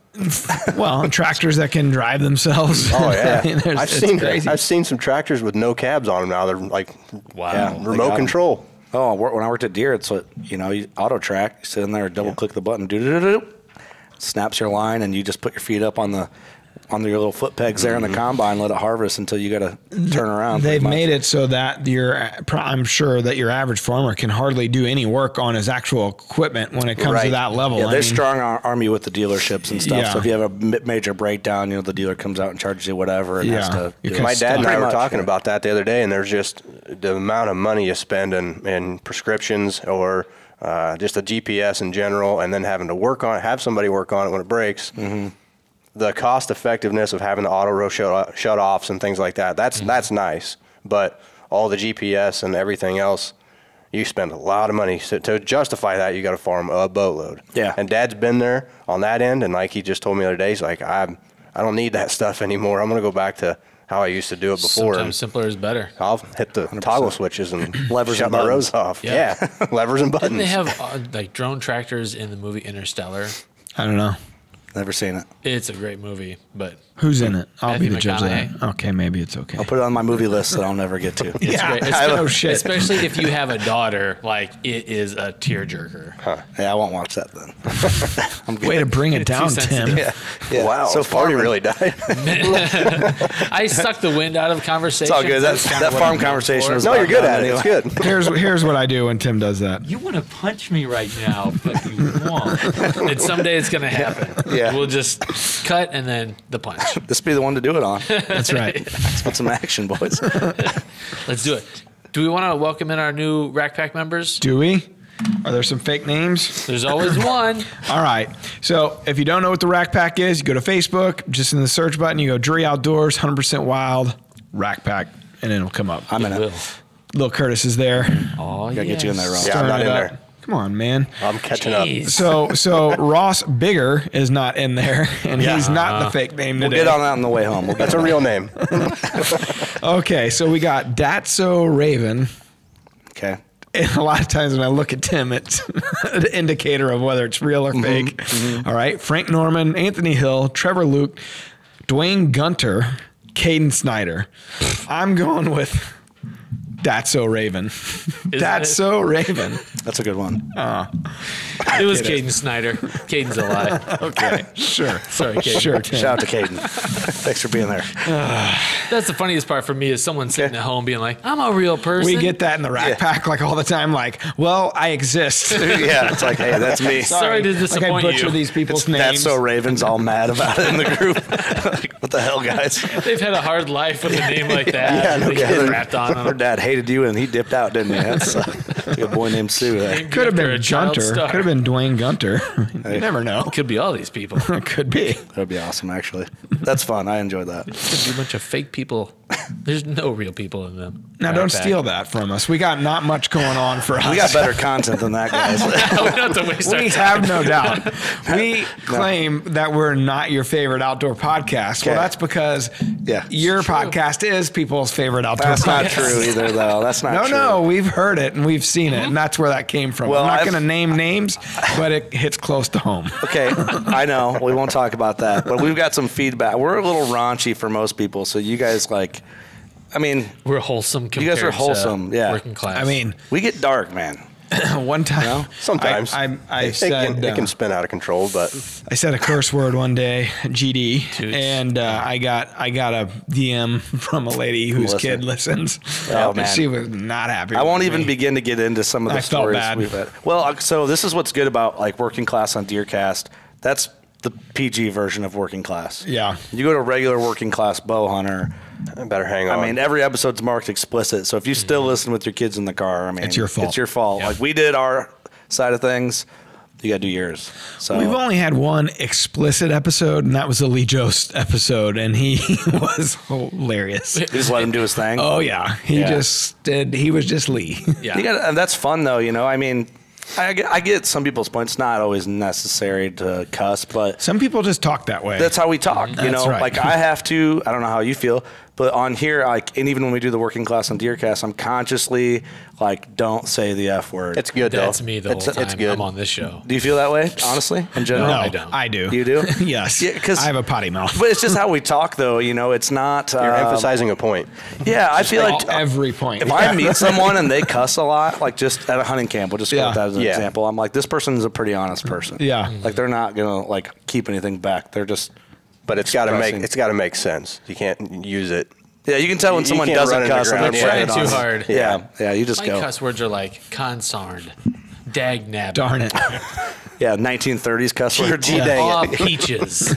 Well, and tractors that can drive themselves.
Oh yeah,
I mean, there's-
I've
it's
seen
crazy.
I've seen some tractors with no cabs on them now. They're like
Wow.
Yeah. They got
remote
'em.
control.
Oh, I wor- when I worked at Deer, it's what you know, you auto track, you sit in there, double click the button, do do do do, snaps your line, and you just put your feet up on the on your little foot pegs there in the combine, let it harvest until you got to turn around.
They've made it so that your, I'm sure that your average farmer can hardly do any work on his actual equipment when it comes to
Right.
that level.
Yeah,
I
they're
mean,
strong ar- army with the dealerships and stuff. So
Yeah.
if you have a m- major breakdown, you know the dealer comes out and charges you whatever and has
Yeah.
to.
You
do
can
it.
My dad and I
Pretty
were
much,
talking
yeah.
about that the other day, and there's just the amount of money you spend in, in prescriptions or uh, just a GPS in general, and then having to work on it, have somebody work on it when it breaks.
Mm-hmm.
The cost effectiveness of having the auto row shut, shut offs and things like that,
Mm-hmm.
that's, that's nice. But all the GPS and everything else, you spend a lot of money. So to justify that, you got to farm a boatload.
Yeah.
And dad's been there on that end, and like he just told me the other day, he's like, I, I don't need that stuff anymore. I'm gonna go back to how I used to do it before.
Sometimes simpler is better.
and I'll hit the toggle switches and
Levers
shut
and
my
buttons.
rows off.
Yeah.
Yeah, levers and buttons.
Didn't they have uh, like drone tractors in the movie Interstellar?
I don't know
Never seen it.
It's a great movie, but
who's in it. I'll be
Matthew
the judge of that.
McConaughey.
Okay, maybe it's okay.
I'll put it on my movie list that I'll never get to.
it's
Yeah,
great.
I know shit.
Especially if you have a daughter, like it is a tearjerker.
Yeah, I won't watch that then. I'm good.
Way to bring it down, Tim.
sensitive.
Yeah.
Wow, so
So
Farty
farming-
really died.
I sucked the wind out of the conversation.
It's all good. That,
That's kinda
that
what
farm
I'm here
conversation
for.
was
no, you're
about
good
done
at it. It's
anyway.
good.
Here's here's what I do when Tim does that.
You want to punch me right now, but you won't. and someday it's going to happen.
Yeah.
We'll just cut and then the punch.
This would be the one to do it on.
That's right.
Let's put some action, boys.
Let's do it. Do we want to welcome in our new Rack Pack members?
Do we? Are there some fake names?
There's always one.
All right. So if you don't know what the Rack Pack is, you go to Facebook, just in the search button, you go Drury Outdoors, 100% Wild, Rack Pack, and it'll come up.
I'm in
Will.
it.
Little Curtis is there.
Oh,
Gotta get you in that row.
Yeah, I'm not
Stirring it
in
up.
there.
Come on, man.
I'm catching up.
Jeez.
So so Ross Bigger is not in there, and he's not the fake name
We'll
today.
get on that on the way home. We'll get
That's a
on
real name.
Okay, so we got Datso Raven.
that. Okay.
And a lot of times when I look at Tim, it's an indicator of whether it's real or fake. All right. Frank Norman, Anthony Hill, Trevor Luke, Dwayne Gunter, Caden Snyder. I'm going with That's So Raven. That's
it-
So Raven.
That's a good one.
It was Caden Snyder. Caden's alive.
Okay. Sure.
Sorry, Caden.
Sure, Tim.
Shout out to Caden. Thanks for being there.
That's the funniest part for me is someone sitting at home being like, I'm a real person.
We get that in the rack pack like all the time. Like, well, I exist.
yeah, it's like, hey, that's me.
Sorry to disappoint
like I butcher
you.
these people's names.
That's so Ravens all mad about it in the group. Like, what the hell, guys?
They've had a hard life with a name like that.
Yeah, no
they get
kidding.
wrapped on
Her
them.
dad hated you and he dipped out, didn't he? That's uh, like a boy named Sue. there.
Could have
After a
been
child
Gunter.
star.
Could have been Dwayne Gunter. you never know.
Could be all these people.
It could be.
That'd be awesome, actually. That's fun. I enjoyed that.
Could be a bunch of fake people. There's no real people in them.
Now,
Right
don't
back.
steal that from us. We got not much going on for us.
We got better content than that, guys.
we don't have to waste our
We
time.
have no doubt. We claim that we're not your favorite outdoor podcast. Well,
Okay.
that's because
Yeah.
your podcast is people's favorite outdoor
That's
podcast.
not true either, though. That's not
No,
true.
no, we've heard it and we've seen
Mm-hmm.
it, and that's where that came from.
Well,
I'm not
I've-
going to name names, but it hits close to home.
Okay, I know we won't talk about that, but we've got some feedback. We're a little raunchy for most people, so you guys like, I mean,
We're wholesome.
You guys are
compared to
wholesome, yeah.
Working class.
I mean,
we get dark, man.
one time,
Sometimes
I, I, I
it,
said
can, it
uh,
can spin out of control, but
I said a curse word one day, GD,
Toots.
and uh, I got I got a DM from a lady whose
Listen.
kid listens.
Oh,
And
man.
she was not happy.
I
with
won't
me.
even begin to get into some of the
I felt
stories
bad.
we've had. Well, uh, so this is what's good about like working class on Deercast. That's the PG version of working class.
Yeah.
You go to regular working class bow hunter.
I better hang on.
I mean, every episode's marked explicit. So if you still listen with your kids in the car, I mean,
Mm-hmm. It's your fault.
It's your fault. Like we did our side of things. You got to do yours. So
We've only had one explicit episode, and that was the Lee Jost episode, and he was hilarious.
you just let him do his thing.
Oh yeah, he
Yeah.
just did. He was just Lee.
yeah.
You gotta, and that's fun though, you know. I mean, I, get- I get some people's point. It's not always necessary to cuss, but
Some people just talk that way.
that's how we talk. You
That's
know,
right.
like I have to. I don't know how you feel, But on here, like, and even when we do the working class on Deercast, I'm consciously like, don't say the f word.
It's good though.
That's me the
it's,
whole time
It's good.
I'm on this show.
do you feel that way, honestly, in general?
No,
I
I
don't.
don't.
I do.
You do?
yes.
Yeah, 'cause-
I have a potty mouth.
But it's just how we talk, though. You know, it's not.
You're
um,
emphasizing a point.
Yeah, I feel like
All- every point.
If I meet someone and they cuss a lot, like just at a hunting camp, we'll just go
Yeah.
with that as an
Yeah.
example. I'm like, this person's a pretty honest person.
Yeah.
like they're not gonna like keep anything back. They're just.
But it's got to make
Expressing.
it's got to make sense. You can't use it.
Yeah, you can tell when
You
someone
can't run
doesn't
in the
cuss and they're trying
ground,
yeah. Too hard.
Yeah, yeah, you just
My
go.
cuss words are like consarn, dag nab,
Darn it.
Yeah, 1930s cuss words.
Gee,
Yeah.
dang.
aw, peaches.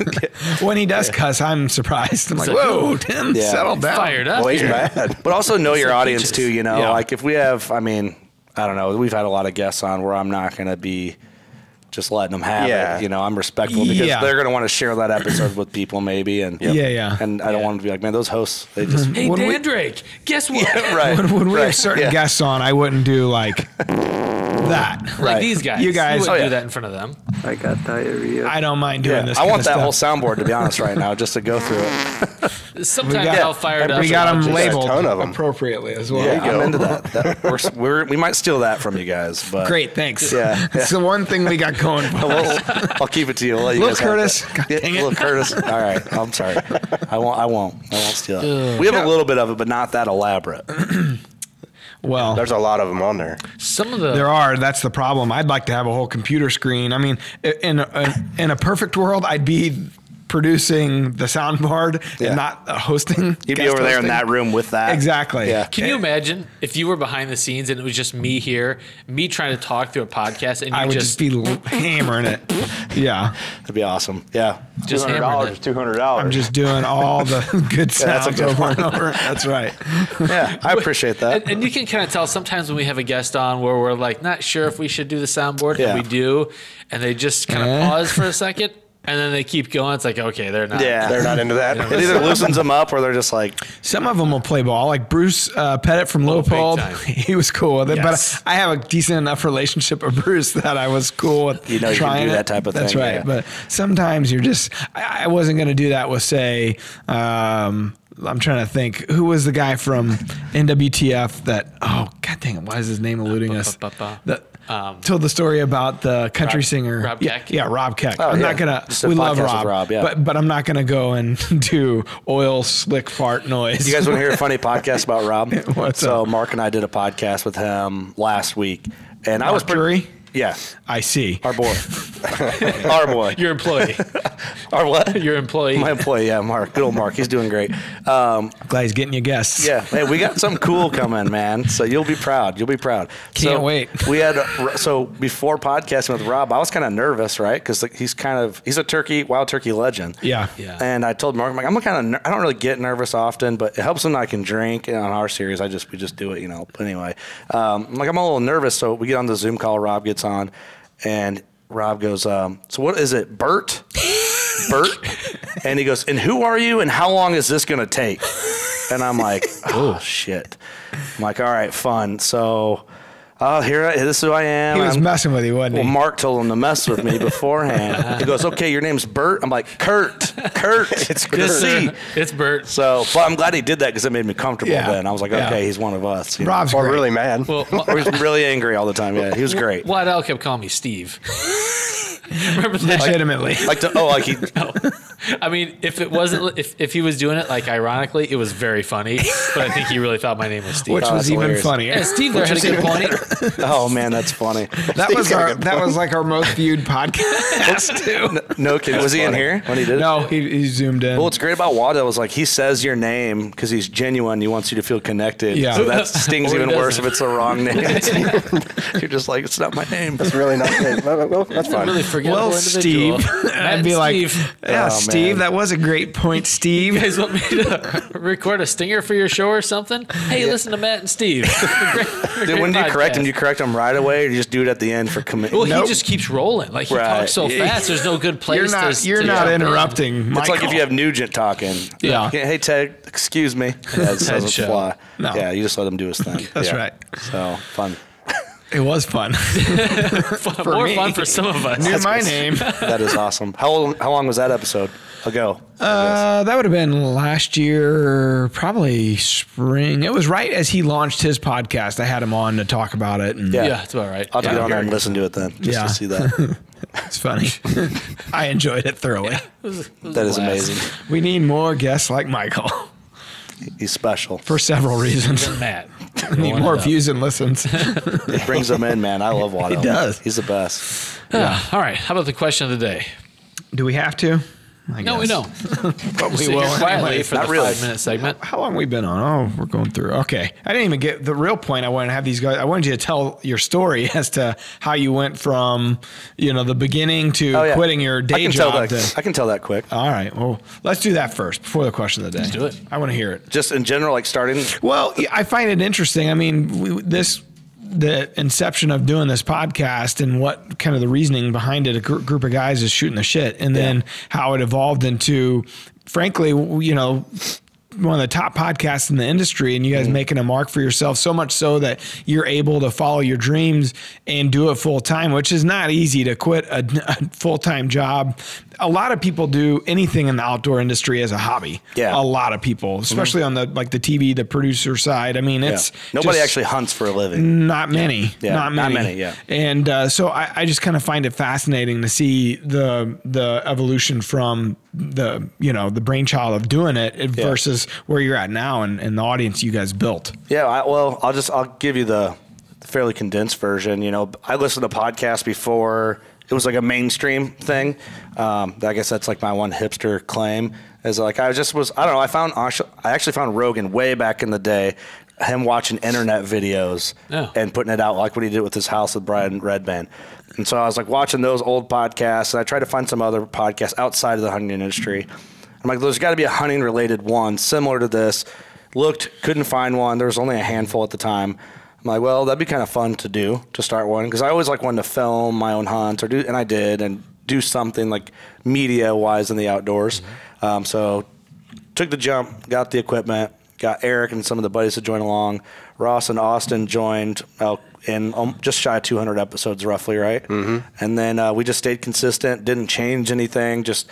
When he does cuss, I'm surprised. I'm like,
like,
whoa, Tim,
Yeah.
settle down.
Fired up.
Well, he's
here.
mad.
But also know your audience too. You know,
Yeah.
like if we have, I mean, I don't know. We've had a lot of guests on where I'm not gonna be. Just letting them have
Yeah.
it, you know. I'm respectful because
Yeah.
they're going to want to share that episode with people, maybe, and
Yeah, yeah.
And I don't
Yeah.
want to be like, man, those hosts, they just
Hey,
When
Dan
we-
Drake, guess what?
right.
When, when we
right.
have certain
yeah.
guests on, I wouldn't do like that.
Like
Right.
these guys.
You guys-
wouldn't
Oh, yeah.
do that in front of them.
I got diarrhea.
I don't mind doing
Yeah.
this.
I
kinda
want that
stuff.
whole soundboard to be honest right now, just to go through it.
Sometimes
got-
I'll fire it up.
We got them
a
labeled
ton of 'em.
appropriately as well.
There you
I'm
go.
into that. that we're, we're, we might steal that from you guys, but
Great, thanks.
Yeah,
It's the one thing we got going. for us.
We'll- I'll keep it to you. I'll let you
Little
guys have
Curtis.
that.
God
Yeah,
dang it.
little Curtis. All right, I'm sorry. I won't. I won't. I won't steal it. We have a little bit of it, but not that elaborate.
Well,
There's a lot of them on there.
Some of the
There are. That's the problem. I'd like to have a whole computer screen. I mean, i- in a, in a perfect world, I'd be producing the soundboard
Yeah.
and not uh, hosting.
You'd be
guest
over there in
hosting.
that room with that.
Exactly.
Yeah.
Can you imagine if you were behind the scenes and it was just me here, me trying to talk through a podcast, and you
I would just,
just
be l- hammering it. Yeah,
That'd be awesome. Yeah.
just hammered it.
two hundred dollars.
I'm just doing all the good
that's a
sounds
good
over
one.
and over. That's right.
Yeah. I appreciate that.
And, and you can kind of tell sometimes when we have a guest on where we're like not sure if we should do the soundboard,
Yeah.
and we do, and they just kind of
Eh?
pause for a second, and then they keep going. It's like okay, they're not.
Yeah.
They're not into
it
that.
either loosens them up or they're just like,
Some of them will play ball, like Bruce uh, Pettit from
Oh,
Leopold.
Big time.
He was cool with it,
Yes.
but I have a decent enough relationship with Bruce that I was cool with.
You know you can
trying
do that
it.
type of
That's
thing,
right.
yeah.
But sometimes you're just. I, I wasn't going to do that with say. Um, I'm trying to think who was the guy from NWTF that. Oh God dang it! Why is his name eluding us?
Ba-ba-ba-ba.
That
Uh,
Um,
told the story about the country singer.
Rob
yeah,
Keck?
yeah, Rob Keck.
Oh,
I'm
yeah.
not gonna.
Just a
We love
podcast with
Rob,
Rob, yeah.
but but I'm not gonna go and do oil slick fart noise.
you guys want to hear a funny podcast about Rob?
What's
so
up?
Mark and I did a podcast with him last week, and I was
Mark Drury?
Yeah,
I see.
our boy, our boy,
Your employee,
our what?
your employee.
My employee, yeah, Mark. Good old Mark. He's doing great. Um,
Glad he's getting you guests.
yeah, hey, we got something cool coming, man. So you'll be proud. You'll be proud.
Can't
So
wait.
We had uh, so before podcasting with Rob, I was kind of nervous, right? Because like, he's kind of he's a turkey, wild turkey legend.
Yeah.
Yeah.
And I told Mark, I'm like, I'm kind of, ner- I don't really get nervous often, but it helps when I can drink. And on our series, I just we just do it, you know. But anyway, um, I'm like, I'm a little nervous, so we get on the Zoom call. Rob gets on, and Rob goes, um, "So what is it, Bert?" Bert, and he goes, "And who are you? And how long is this going to take?" And I'm like, "Oh shit!" I'm like, "All right, fun." So, oh, here, I, this is who I am.
He was
I'm-
messing with you, wasn't
well,
he?
Mark told him to mess with me beforehand. he goes, "Okay, your name's Bert." I'm like, "Kurt, Kurt, it's good to see."
It's Bert.
So, but I'm glad he did that because it made me comfortable.
Yeah.
Then I was like,
Yeah.
"Okay, he's one of us." you know.
Rob's
Or
great.
really mad.
Well, Wa-
Or he's really angry all the time. Yeah, he was great.
Waddell kept calling me Steve. Remember that?
legitimately.
Like, to, oh, like he.
I mean, if it wasn't, if, if he was doing it like ironically, it was very funny. But I think he really thought my name was Steve.
which
Oh,
was
that's
even
hilarious.
funnier.
yeah, Steve there had a good point.
Oh man, that's funny.
That was
got a
our
good
that
point.
was like our most viewed podcast too.
No kidding. Was he in here when he did? it?
No, he, he zoomed in.
Well, what's great about Waddell is like he says your name because he's genuine. He wants you to feel connected.
Yeah.
So that stings
Or he
even worse if
doesn't.
it's the wrong name. You're just like, it's not my name.
It's really not. well, well, That's fine.
Really forgettable
well,
individual.
Steve,
Matt
I'd be like,
Steve.
yeah,
Oh,
Steve,
man.
that was a great point, Steve.
You guys want me to record a stinger for your show or something? Hey, listen to Matt and Steve. Great-
Dude,
great
when do you correct
podcast.
him? Do you correct him right away, or do you just do it at the end for commit?
well,
No.
he just keeps rolling. Like he
Right.
talks so fast. There's no good place.
you're not
to,
you're
to
not
jump in.
interrupting.
it's like if you have Nugent talking.
Yeah.
Hey, Ted. Excuse me. Yeah, it doesn't
show.
fly.
No.
Yeah, you just let him do his thing.
That's
Yeah.
right.
So fun.
It was fun.
Fun- more
me.
fun for some of us.
Knew my name.
That is awesome. How old, how long was that episode? ago?
Uh, that would have been last year, probably spring. It was right as he launched his podcast. I had him on to talk about it. And
Yeah, that's about right.
I'll have to
Uh, Yeah.
get on there and listen to it then, just
Yeah.
to see that.
It's funny. I enjoyed it thoroughly.
that is
Blast.
amazing.
We need more guests like Michael
He's special.
for several reasons.
Then Matt.
We need more views and listens.
It brings him in, man. I love Waddle.
He does.
He's the best.
Ah, all right. How about the question of the day?
Do we have to? I
No, we
guess.
know.
But we
Sit here
will.
quietly
anyway.
for
Not
the
really.
five minute segment.
How long we been on? Oh, we're going through. Okay, I didn't even get the real point. I wanted to have these guys. I wanted you to tell your story as to how you went from, you know, the beginning to
Oh, yeah.
quitting your
I
day
can tell
job.
that.
To,
I can tell that quick.
all right. Well, let's do that first before the question of the day. Let's
do it.
I want to hear it.
Just in general, like starting.
Well, yeah, I find it interesting. I mean, we, this the inception of doing this podcast and what kind of the reasoning behind it. A gr- group of guys is shooting the shit, and then how it evolved into, frankly, w- you know. One of the top podcasts in the industry, and you
Mm-hmm.
guys making a mark for yourself so much so that you're able to follow your dreams and do it full time, which is not easy to quit a, a full time job. A lot of people do anything in the outdoor industry as a hobby.
Yeah. Mm-hmm.
a lot of people, especially on the like the TV, the producer side. I mean,
Yeah.
it's
Nobody
just Mm.
actually hunts for a living.
not many,
Yeah,
not
not
many,
many, yeah.
And uh, so I, I just kind of find it fascinating to see the the evolution from the you know the brainchild of doing it versus where you're at now and, and the audience you guys built.
Yeah. I, well, I'll just I'll give you the fairly condensed version. You know, I listened to podcasts before. It was like a mainstream thing. Um, I guess that's like my one hipster claim is like I just was. I don't know. I found I actually found Rogan way back in the day. Him watching internet videos
Yeah.
and putting it out like what he did with his house with Brian Redman. And so I was like watching those old podcasts and I tried to find some other podcasts outside of the hunting industry. I'm like, there's got to be a hunting related one similar to this. Looked, couldn't find one. There was only a handful at the time. I'm like, well, that'd be kind of fun to do to start one because I always like wanted to film my own hunts or do, and I did, and do something like media wise in the outdoors. Um, so took the jump, got the equipment, got Eric and some of the buddies to join along. Ross and Austin joined uh, in um, just shy of 200 episodes, roughly, right? Mm-hmm. And then uh, we just stayed consistent, didn't change anything, just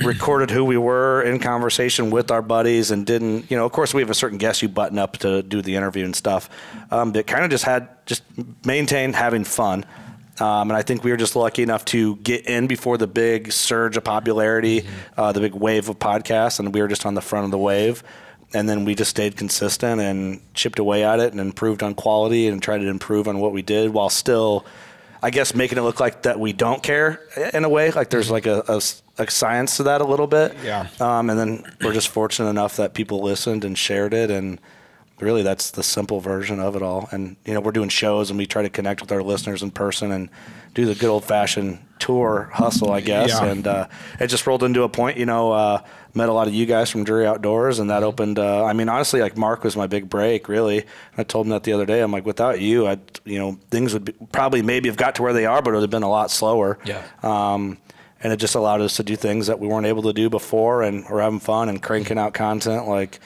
recorded who we were in conversation with our buddies, and didn't, you know, of course, we have a certain guest you button up to do the interview and stuff. Um, but kind of just had, just maintained having fun. Um, and I think we were just lucky enough to get in before the big surge of popularity, uh, the big wave of podcasts, and we were just on the front of the wave. And then we just stayed consistent and chipped away at it and improved on quality and tried to improve on what we did while still, I guess, making it look like that we don't care in a way. Like there's like a, a s- a science to that a little bit.
Yeah.
Um, and then we're just fortunate enough that people listened and shared it and really that's the simple version of it all and you know we're doing shows and we try to connect with our listeners in person and do the good old fashioned tour hustle i guess
Yeah.
and uh, it just rolled into a point you know uh, met a lot of you guys from drury outdoors and that opened uh, i mean honestly like mark was my big break really i told him that the other day i'm like without you i you know things would be, probably maybe have got to where they are but it would have been a lot slower
Yeah.
um, and it just allowed us to do things that we weren't able to do before, and we're having fun and cranking out content like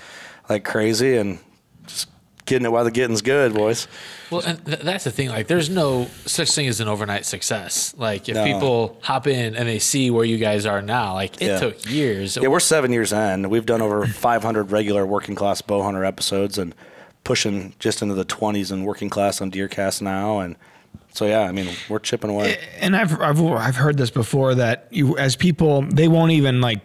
like crazy, and just getting it while the getting's good, boys.
Well, and th- that's the thing. Like, there's no such thing as an overnight success. Like, if
No.
people hop in and they see where you guys are now, like, it
Yeah.
took years.
Yeah, we're seven years in. We've done over 500 regular working class bow hunter episodes, and pushing just into the 20s in working class on DeerCast now, and so yeah, I mean we're chipping away.
and I've, I've I've heard this before that you as people they won't even like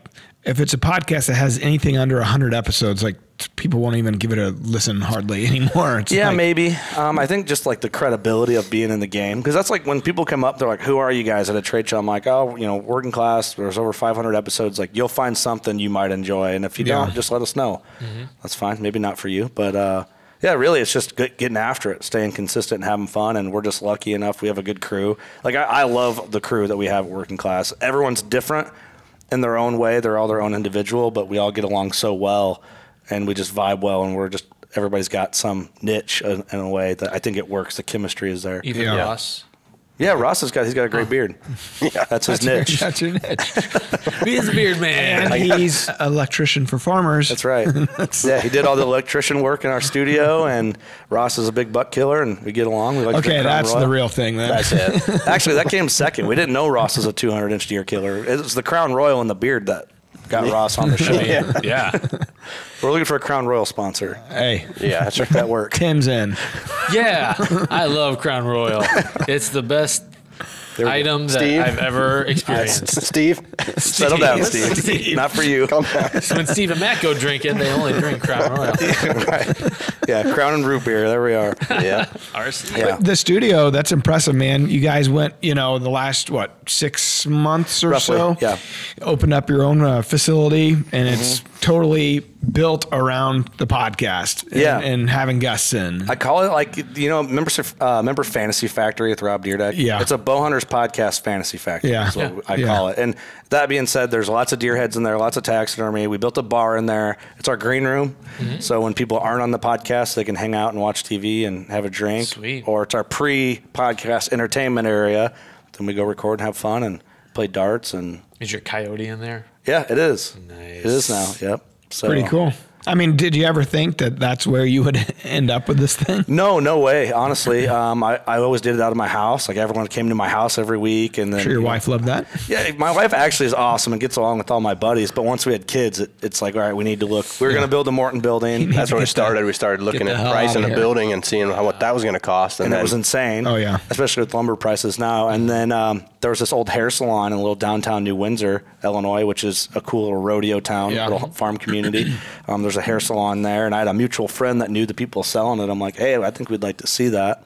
if it's a podcast that has anything under hundred episodes like people won't even give it a listen hardly anymore. It's
Yeah,
like,
maybe. Um, I think just like the credibility of being in the game, because that's like when people come up, they're like, "Who are you guys?" At a trade show, I'm like, "Oh, you know, working class. There's over 500 episodes. Like, you'll find something you might enjoy, and if you
Yeah. Mm-hmm.
don't, just let us know. That's fine. Maybe not for you, but uh, yeah, really, it's just get, getting after it, staying consistent, and having fun, and we're just lucky enough we have a good crew. Like, I, I love the crew that we have at working class. Everyone's different in their own way. They're all their own individual, but we all get along so well and we just vibe well and we're just everybody's got some niche in, in a way that I think it works. The chemistry is there.
Even
Yeah.
Ross.
Yeah, Ross has got he's got a great beard. Yeah, that's his niche.
That's your niche.
He's a beard
And
man.
he's an electrician for farmers.
That's right. yeah, he did all the electrician work in our studio, and Ross is a big buck killer, and we get along. We like to
Okay,
drink Crown
that's
Royal.
the real thing. Then.
That's it. Actually, that came second. We didn't know Ross was a 200 inch deer killer. It was the Crown Royal and the beard that Got Ross on the show.
yeah. yeah.
We're looking for a Crown Royal sponsor.
Hey,
Yeah, that's
Make that work.
Tim's in.
I love Crown Royal. It's the best item that
Steve?
I've ever experienced.
Steve.
Settle down,
Steve.
Steve. Not for you.
Calm down.
when Steve and Matt go drinking, they only drink Crown Royal.
Yeah, Crown and root beer. There we are.
Yeah,
Arse.
Yeah.
The studio, that's impressive, man. You guys went, you know, the last, what, six months or
Roughly,
so?
yeah.
Opened up your own uh, facility, and it's
Mm-hmm.
totally built around the podcast and,
Yeah.
and having guests in.
I call it like you know, remember, uh, remember Fantasy Factory with Rob Deerdeck.
Yeah.
it's a Bowhunters podcast Fantasy Factory.
Yeah.
is what
Yeah.
I
Yeah.
call it. And that being said, there's lots of deer heads in there, lots of taxidermy. We built a bar in there. It's our green room, so when people aren't on the podcast, they can hang out and watch TV and have a drink.
Sweet.
Or it's our pre-podcast entertainment area. Then we go record and have fun and play darts and
Is your coyote in there?
yeah, it is.
Nice.
It is now. Yep. So
Pretty cool. I mean, did you ever think that that's where you would end up with this thing?
No, no way. Honestly, um, I, I always did it out of my house. Like everyone came to my house every week, and then
Sure, your wife loved that.
Yeah, my wife actually is awesome and gets along with all my buddies. But once we had kids, it, it's like, all right, we need to look. We We're going to build a Morton building.
that's when we started. We started looking
the
at
hell
pricing
outta
a
here.
building and seeing how, what that was going to cost, and,
and
then
it was insane.
Oh, yeah.
especially with lumber prices now. And then um, there was this old hair salon in a little downtown New Windsor, Illinois, which is a cool little rodeo town,
Yeah.
little farm community. um, there's a hair salon there, and I had a mutual friend that knew the people selling it. I'm like, hey, I think we'd like to see that.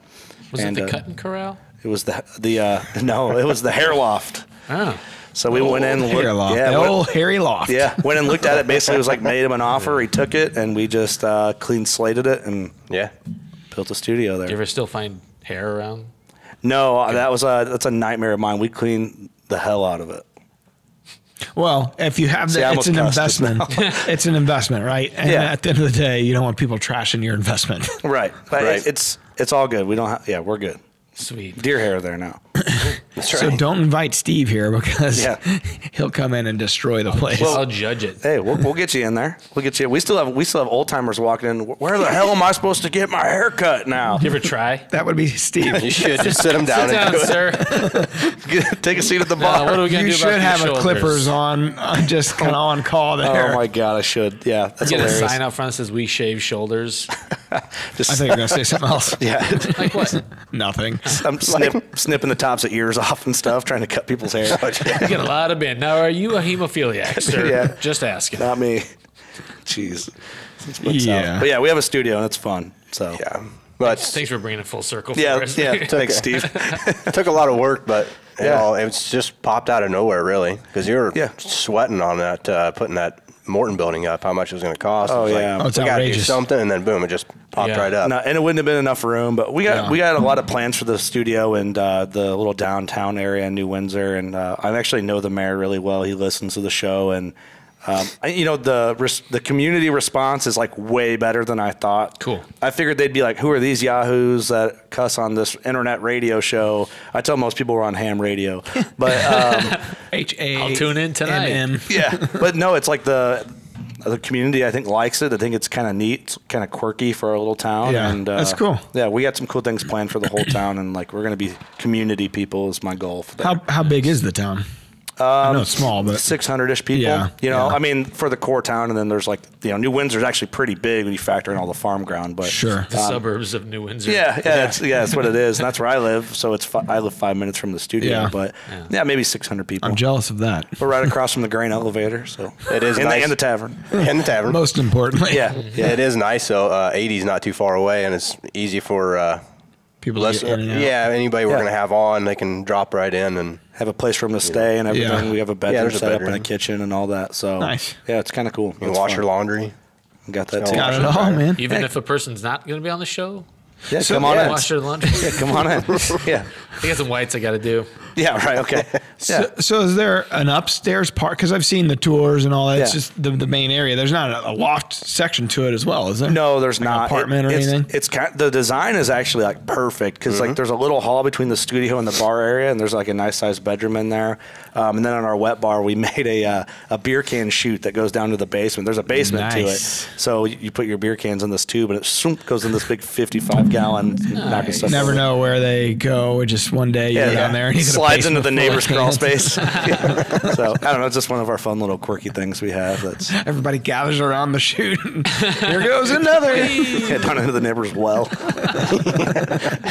Was
And,
it the
uh,
cutting corral?
It was the the uh, no, it was the hair loft.
Oh.
So we went in, looked,
Harry Oh, Loft.
yeah,
the
went-
old Harry Loft.
yeah, went and looked at it. Basically, it was like made him an offer. He took it, and we just uh, clean slated it and
yeah,
built a studio
Do you
there.
ever still find hair around?
No, uh, that was a that's a nightmare of mine. We cleaned the hell out of it.
Well, if you have
See, I
that, it's
almost
an
cussed
investment. it's an investment, right? And
Yeah.
at the end of the day, you don't want people trashing your investment.
Right, but
Right.
It, it's it's all good. We don't. have Yeah, we're good.
Sweet.
Deer hair there now.
that's
So
right.
don't invite Steve here because
Yeah.
he'll come in and destroy the place.
I'll judge it.
Hey, we'll, we'll get you in there. We'll get you. We still have we still have old timers walking in. Where the hell am I supposed to get my hair cut now?
You ever try?
that would be Steve.
you should just sit him down.
Sit down,
and do it.
sir.
Take a seat at the
Uh,
bar.
what are we gonna
you
do about
should
your
have a
shoulders?
clippers on, on just kind of on call there.
Oh my god, I should. Yeah, that's
Get a
hilarious.
sign out front that says "We shave shoulders."
Just,
I think you're gonna say something else.
yeah.
Like what? You
Nothing.
I'm snip, snipping the tops of ears off and stuff, trying to cut people's hair.
get a lot of bend. Now, are you a hemophiliac, sir?
Yeah.
Just asking.
Not me. Jeez.
yeah.
But yeah, we have a studio and it's fun. So
Yeah, but
Thanks for bringing it full circle.
yeah,
for us.
yeah. Thanks, Steve.
it took a lot of work, but you
Yeah.
know, it's just popped out of nowhere, really, because you were
Yeah.
sweating on that, uh, putting that Morton building up, how much it was going to cost.
Oh,
It was like,
yeah. Oh,
it's
we gotta do
outrageous.
something, and then boom, it just popped
Yeah.
right up.
No, and it wouldn't have been enough room, but we got
Yeah.
we got a lot of plans for the studio and uh, the little downtown area in New Windsor. And uh, I actually know the mayor really well. He listens to the show, and um, I- you know the res- the community response is like way better than I thought.
Cool.
I figured they'd be like, "Who are these yahoos that cuss on this internet radio show?" I tell most people we're on ham radio, but. Um,
H A.
I'll tune in tonight.
M M.
yeah, but no, it's like the the community. I think likes it. I think it's kind of neat, it's kind of quirky for our little town.
Yeah,
and, uh,
that's cool.
Yeah, we got some cool things planned for the whole town, and like we're gonna be community people is my goal. For
How how big is the town? I know it's small, but
Six hundred ish people.
Yeah,
you know,
yeah.
I mean, for the core town, and then there's like you know, New Windsor's actually pretty big when you factor in all the farm ground. But
sure.
The suburbs of New Windsor.
Um, Yeah, yeah, that's yeah, that's what it is, and that's where I live. So it's fi- I live five minutes from the studio,
Yeah.
but yeah, maybe six hundred people.
I'm jealous of that.
We're right across from the grain elevator, so
It is
and the,
nice.
and the tavern.
in the tavern.
Most importantly,
Yeah,
Yeah, it is nice. So uh, 80 is not too far away, and it's easy for uh,
people
less.
get in and out.
Yeah, anybody we're
Yeah.
gonna have on, they can drop right in, and
have a place for them to stay and everything.
Yeah.
We have a bedroom
there's a
set up and a
bedroom.
kitchen and all that. So
Nice.
Yeah, it's kind of cool.
you can
It's
wash
fun.
your laundry.
We Got that
It's
too.
got
Got it all, man.
Even if a person's not going to be on the show,
Yeah, come on
yeah.
in.
wash their laundry.
yeah, come on in. yeah,
I got some whites I got to do.
yeah, right. Okay. Yeah.
So, so is there an upstairs part? Because I've seen the tours and all that. It's
Yeah.
just the, the main area. There's not a, a loft section to it as well, is there?
No, there's
Like an
not It-
apartment or
it's,
anything? Mm-hmm.
It's kind. The design is actually like perfect because like there's a little hall between the studio and the bar area, and there's like a nice sized bedroom in there. Um, and then on our wet bar, we made a uh, a beer can chute that goes down to the basement. There's a basement to
Nice.
it, so you, you put your beer cans in this tube, and it swoop, goes in this big 55 gallon. Nice.
Never know where they go. Just one day you go down there and you get
slides into the neighbor's
beforehand.
crawl space. so I don't know. It's just one of our fun little quirky things we have. That's
Everybody gathers around the chute. and Here goes another.
yeah, down into the neighbor's well.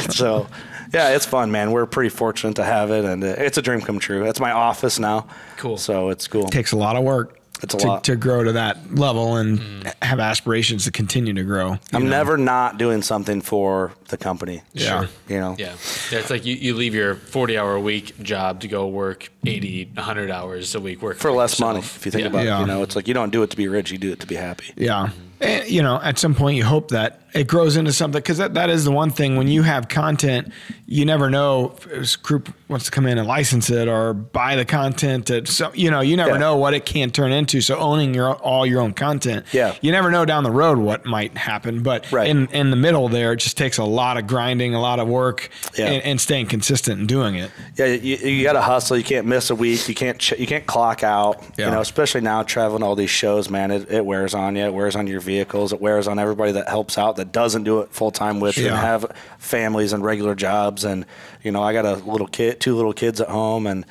so, yeah, it's fun, man. We're pretty fortunate to have it, and uh, it's a dream come true. It's my office now.
Cool.
So it's cool.
takes a lot of work
It's a
to,
lot. Mm.
to grow to that level and have aspirations to continue to grow.
I'm never not doing something for the company.
Yeah.
You know.
Yeah. yeah. It's like you, you leave your 40 hour a week job to go work 80, 100 hours a week working
For less
yourself.
money, if you think
Yeah.
about it,
Yeah.
you know, it's like you don't do it to be rich; you do it to be happy.
Yeah. And, you know, at some point you hope that it grows into something because that, that is the one thing when you have content, you never know if this group wants to come in and license it or buy the content at some, you know, you never
Yeah.
know what it can turn into. So owning your all your own content,
Yeah.
you never know down the road what might happen. But
Right.
in, in the middle there, it just takes a lot of grinding, a lot of work
Yeah.
and, and staying consistent and doing it.
Yeah, you, you got to hustle. You can't miss a week. You can't ch- you can't clock out.
Yeah.
You know, especially now traveling to all these shows, man. It, it wears on you. It wears on your vehicles. It wears on everybody that helps out that doesn't do it full time with you and
Yeah.
have families and regular jobs. And you know, I got a little kid, two little kids at home, and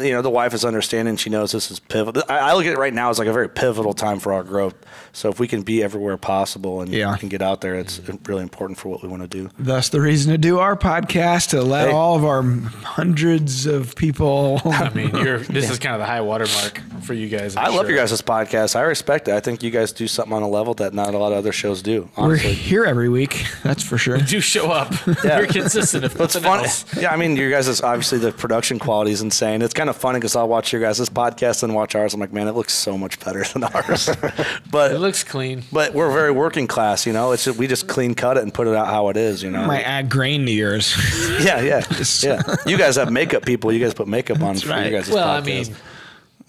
you know, the wife is understanding. She knows this is pivotal. I, I look at it right now as like a very pivotal time for our growth. So if we can be everywhere possible and
Yeah.
can get out there, it's really important for what we want to do.
Thus, the reason to do our podcast to let
Hey.
all of our hundreds of people.
I mean, you're, this is kind of the high watermark for you guys. I'm
I love
sure.
your guys' podcast. I respect it. I think you guys do something on a level that not a lot of other shows do.
We're
Honestly,
here every week, that's for sure.
Do show up. You're consistent. If
it's
nothing
fun.
else.
Yeah, I mean, your guys is obviously the production quality is insane. It's kind of funny because I'll watch your guys' podcast and watch ours. I'm like, man, it looks so much better than ours.
It
but
looks clean.
but we're very working class, you know. It's just, we just clean cut it and put it out how it is, you know.
might add grain to yours.
yeah, yeah, yeah. You guys have makeup people. You guys put makeup on for
right.
your guys'
Well,
podcast.
I mean,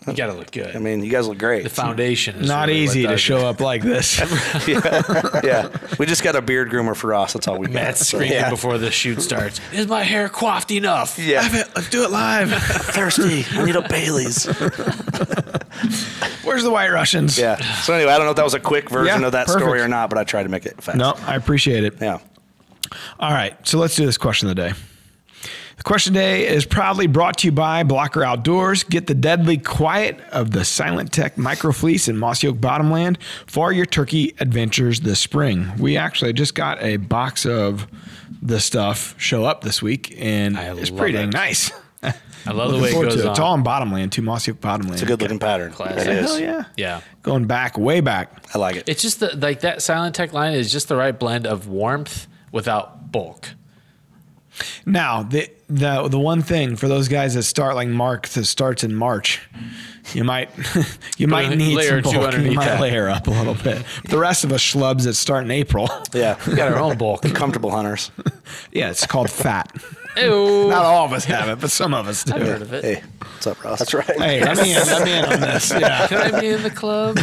you got to look good.
I mean, you guys look great.
the foundation is
Not
really what
easy to
does it.
show up like this.
yeah, yeah. We just got a beard groomer for us. That's all we got.
Matt's
So,
screaming
yeah.
before the shoot starts. Is my hair coiffed enough?
Yeah.
Let's do it live.
thirsty. I need a Bailey's.
Where's the White Russians?
Yeah. So anyway, I don't know if that was a quick version
Yeah,
of that story
perfect.
or not, but I tried to make it fast.
No, I appreciate it.
Yeah.
All right, so let's do this question of the day. The question of the day is proudly brought to you by Blocker Outdoors. Get the deadly quiet of the Silent Tech Micro Fleece in Mossy Oak Bottomland for your turkey adventures this spring. We actually just got a box of the stuff show up this week, and
I
it's
love
pretty dang
it.
nice.
I love the way it
Forward to
goes
it.
on.
It's all in Bottomland, too. Mossy Oak Bottomland.
It's a good looking pattern.
Classic.
It is.
Hell yeah.
Yeah.
Going back, way back.
I like it.
It's just the, like that silent tech line is just the right blend of warmth without bulk.
Now, the the the one thing for those guys that start like Mark that starts in March, you might you might
a
need
layer or
some
two
bulk.
underneath
you might
that.
layer up a little bit. The rest of us schlubs that start in April,
Yeah. We
Got our own bulk.
Comfortable hunters.
yeah, it's called fat.
Ew.
Not all of us have it, but some of us do.
I've heard of it.
Hey, what's up, Ross? That's right.
Hey, let me in, let me in on this. Yeah,
Can I be in the club?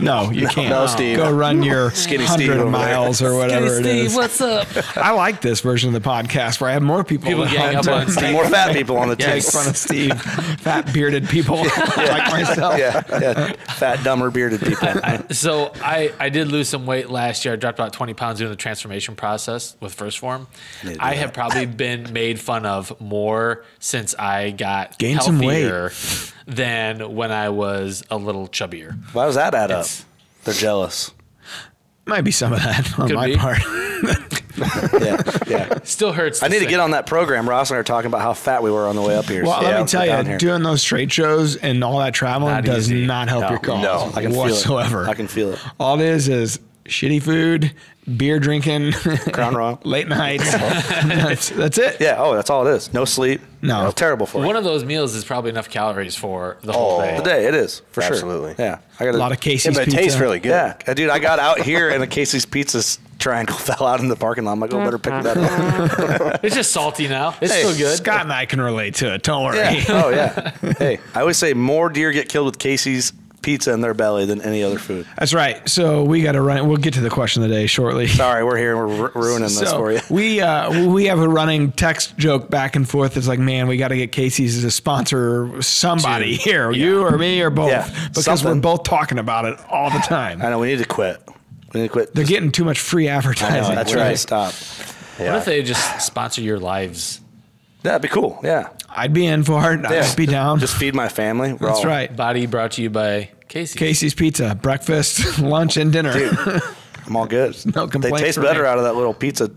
no, you can't.
no, Steve.
Go run your
Steve
hundred
over there.
miles or whatever
Hey,
it
Steve,
is.
what's up?
I like this version of the podcast where I have more people.
People
that
gang up
hunt
on Steve.
More fat people on the team.
Make fun of Steve, fat bearded people like myself.
Yeah, yeah. Fat, dumber, bearded people.
So I, I did lose some weight last year. I dropped about 20 pounds during the transformation process with First Form.
need to do
I have probably been made fun of more since I got
Gained some weight.
healthier than when I was a little chubbier.
Why does that add up?
It's-
They're jealous.
Might be some of that on
Could
my
be.
part.
Yeah, yeah.
Still hurts.
I need to
say.
get on that program. Ross and I are talking about how fat we were on the way up here.
Well,
Yeah,
let
we're
me tell
down
you,
here.
doing those trade shows and all that traveling
Not
does
easy.
not help
No,
your cause
no, Oh, I can feel it.
whatsoever.
I can feel it.
All it is is shitty food, beer drinking,
Crown Royal.
late nights. that's, that's it.
Yeah. Oh, that's all it is. No sleep.
No.
It's terrible for
One
you.
of those meals is probably enough calories for the whole
Oh.
day.
the day. It is for
Absolutely.
sure. Yeah. I got
A lot of
Yeah,
Casey's
but it
pizza.
tastes really good.
Yeah, uh, dude, I got out here and a Casey's Pizza s- triangle fell out in the parking lot. I'm like, oh, better pick that up.
It's just salty now. It's
Hey,
still good.
Scott and I can relate to it. Don't worry.
Yeah. Oh yeah. Hey, I always say more deer get killed with Casey's pizza in their belly than any other food.
That's right. So we got to run. We'll get to the question of the day shortly.
Sorry, we're here and we're ru- ruining this for you.
we uh, we have a running text joke back and forth. It's like, man, we got to get Casey's as a sponsor, somebody
Dude,
here, you or me or both,
Yeah,
because
something.
we're both talking about it all the time.
I know we need to quit. We need to quit.
They're
Just-
getting too much free
I know,
advertising.
that's
We
right.
just-
Stop.
What if they just sponsor your lives?
That'd be cool. Yeah.
I'd be in for it. I'd
yeah.
just be down.
Just feed my family. We're
That's
all-
right.
Body brought to you by Casey.
Casey's Pizza, breakfast, lunch, and dinner.
I'm all good.
No
They
complaints
taste
for
better
me.
out of that little pizza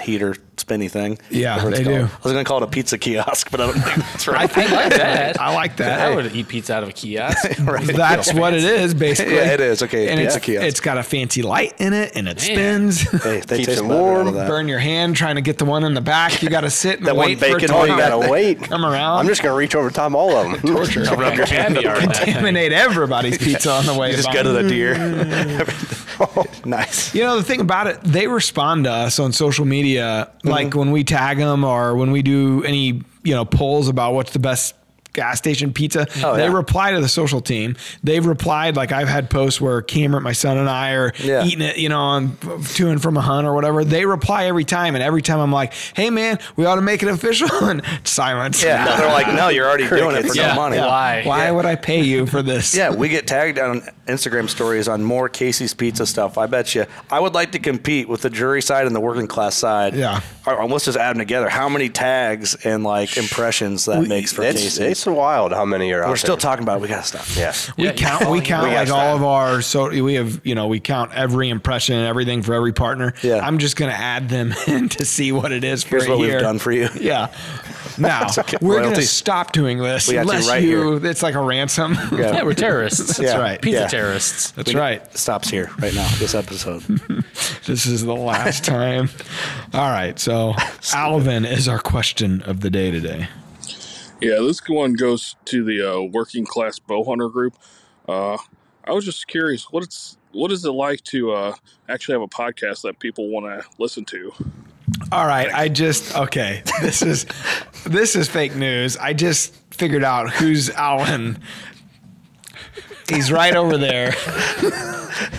heater spinny thing.
Yeah,
Whatever it's
they
called.
do.
I was gonna call it a pizza kiosk, but I don't think that's
I
right.
think
I like that.
I like that.
I would eat pizza out of a kiosk.
right.
That's what it is, basically.
Yeah, it is. Okay,
and
pizza
it's,
kiosk.
it's got a fancy light in it, and it
Man.
spins.
Hey, they taste
Keeps
better
it
out
warm,
of that.
Burn your hand trying to get the one in the back. You got to sit and
That one
wait for it
bacon
to
one
Oh, you gotta wait.
come around.
I'm just gonna reach over top all of them. Torture.
Rub your hand around that thing.
contaminate everybody's pizza on the way.
You just
by.
go to the deer.
Oh,
nice.
You know, the thing about it, they respond to us on social media.
Mm-hmm.
Like when we tag them or when we do any, you know, polls about what's the best gas station pizza, they
Oh, yeah.
reply to the social team. They've replied, like I've had posts where Cameron, my son, and I are
Yeah.
eating it, you know, on to and from a hunt or whatever. They reply every time. And every time I'm like, hey, man, we ought to make it official. And silence.
Yeah. No, they're like, no, you're already doing it for
Yeah.
no money.
Yeah. Why?
Why would I pay you for this?
Yeah, we get tagged on Instagram stories on more Casey's Pizza stuff. I bet you. I would like to compete with the jury side and the working class side.
Yeah.
All right, let's just add them together. How many tags and like impressions that makes for
It's,
Casey?
it's wild how many are out
We're still
there.
talking about. It. We gotta stop.
Yeah.
We
Yeah,
count.
you're
We
following
count
me.
like
Yes,
all of our. So we have, you know, we count every impression and everything for every partner.
Yeah.
I'm just gonna add them in to see what it is for
Here's
a
what we've
year.
done for you.
Yeah. Now we're gonna
Royalties.
stop doing this
We got you
unless
right
you. It's like a ransom.
Yeah.
Yeah, we're terrorists.
That's
Yeah.
right.
Pizza
Yeah.
terrorists.
That's right.
Stops here right now. This episode.
This is the last time. All right. So Alvin is our question of the day today.
Yeah, this one goes to the uh, working class bow hunter group. Uh, I was just curious, what it's what is it like to uh, actually have a podcast that people want to listen to?
All right, I just okay. This is this is fake news. I just figured out who's Alan. He's right over there,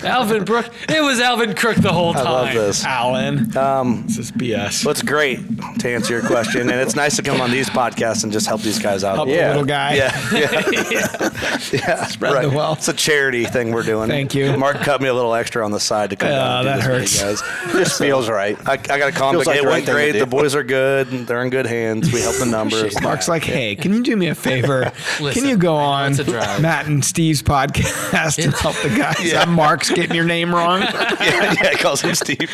Alvin Brook. It was Alvin Crook the whole time.
I love this.
Alan.
Um,
This is BS.
What's great to answer your question, and it's nice to come on these podcasts and just help these guys out.
Help the
yeah.
little guy.
Yeah, yeah, yeah. Spread
the wealth.
It's a charity thing we're doing.
Thank you.
Mark cut me a little extra on the side to come
Yeah,
down.
that
and do this with
hurts.
you
Just feels right.
guys. I, I got to call him.
Feels like
it
the right
went
thing to
great.
do.
The boys are good. and They're in good hands. We help the numbers.
Mark's like, hey, can you do me a favor?
Listen,
can you go on
it's a drive.
Matt and Steve's podcast and help the guys? I'm Mark's getting your name wrong.
yeah, yeah. He calls him Steve.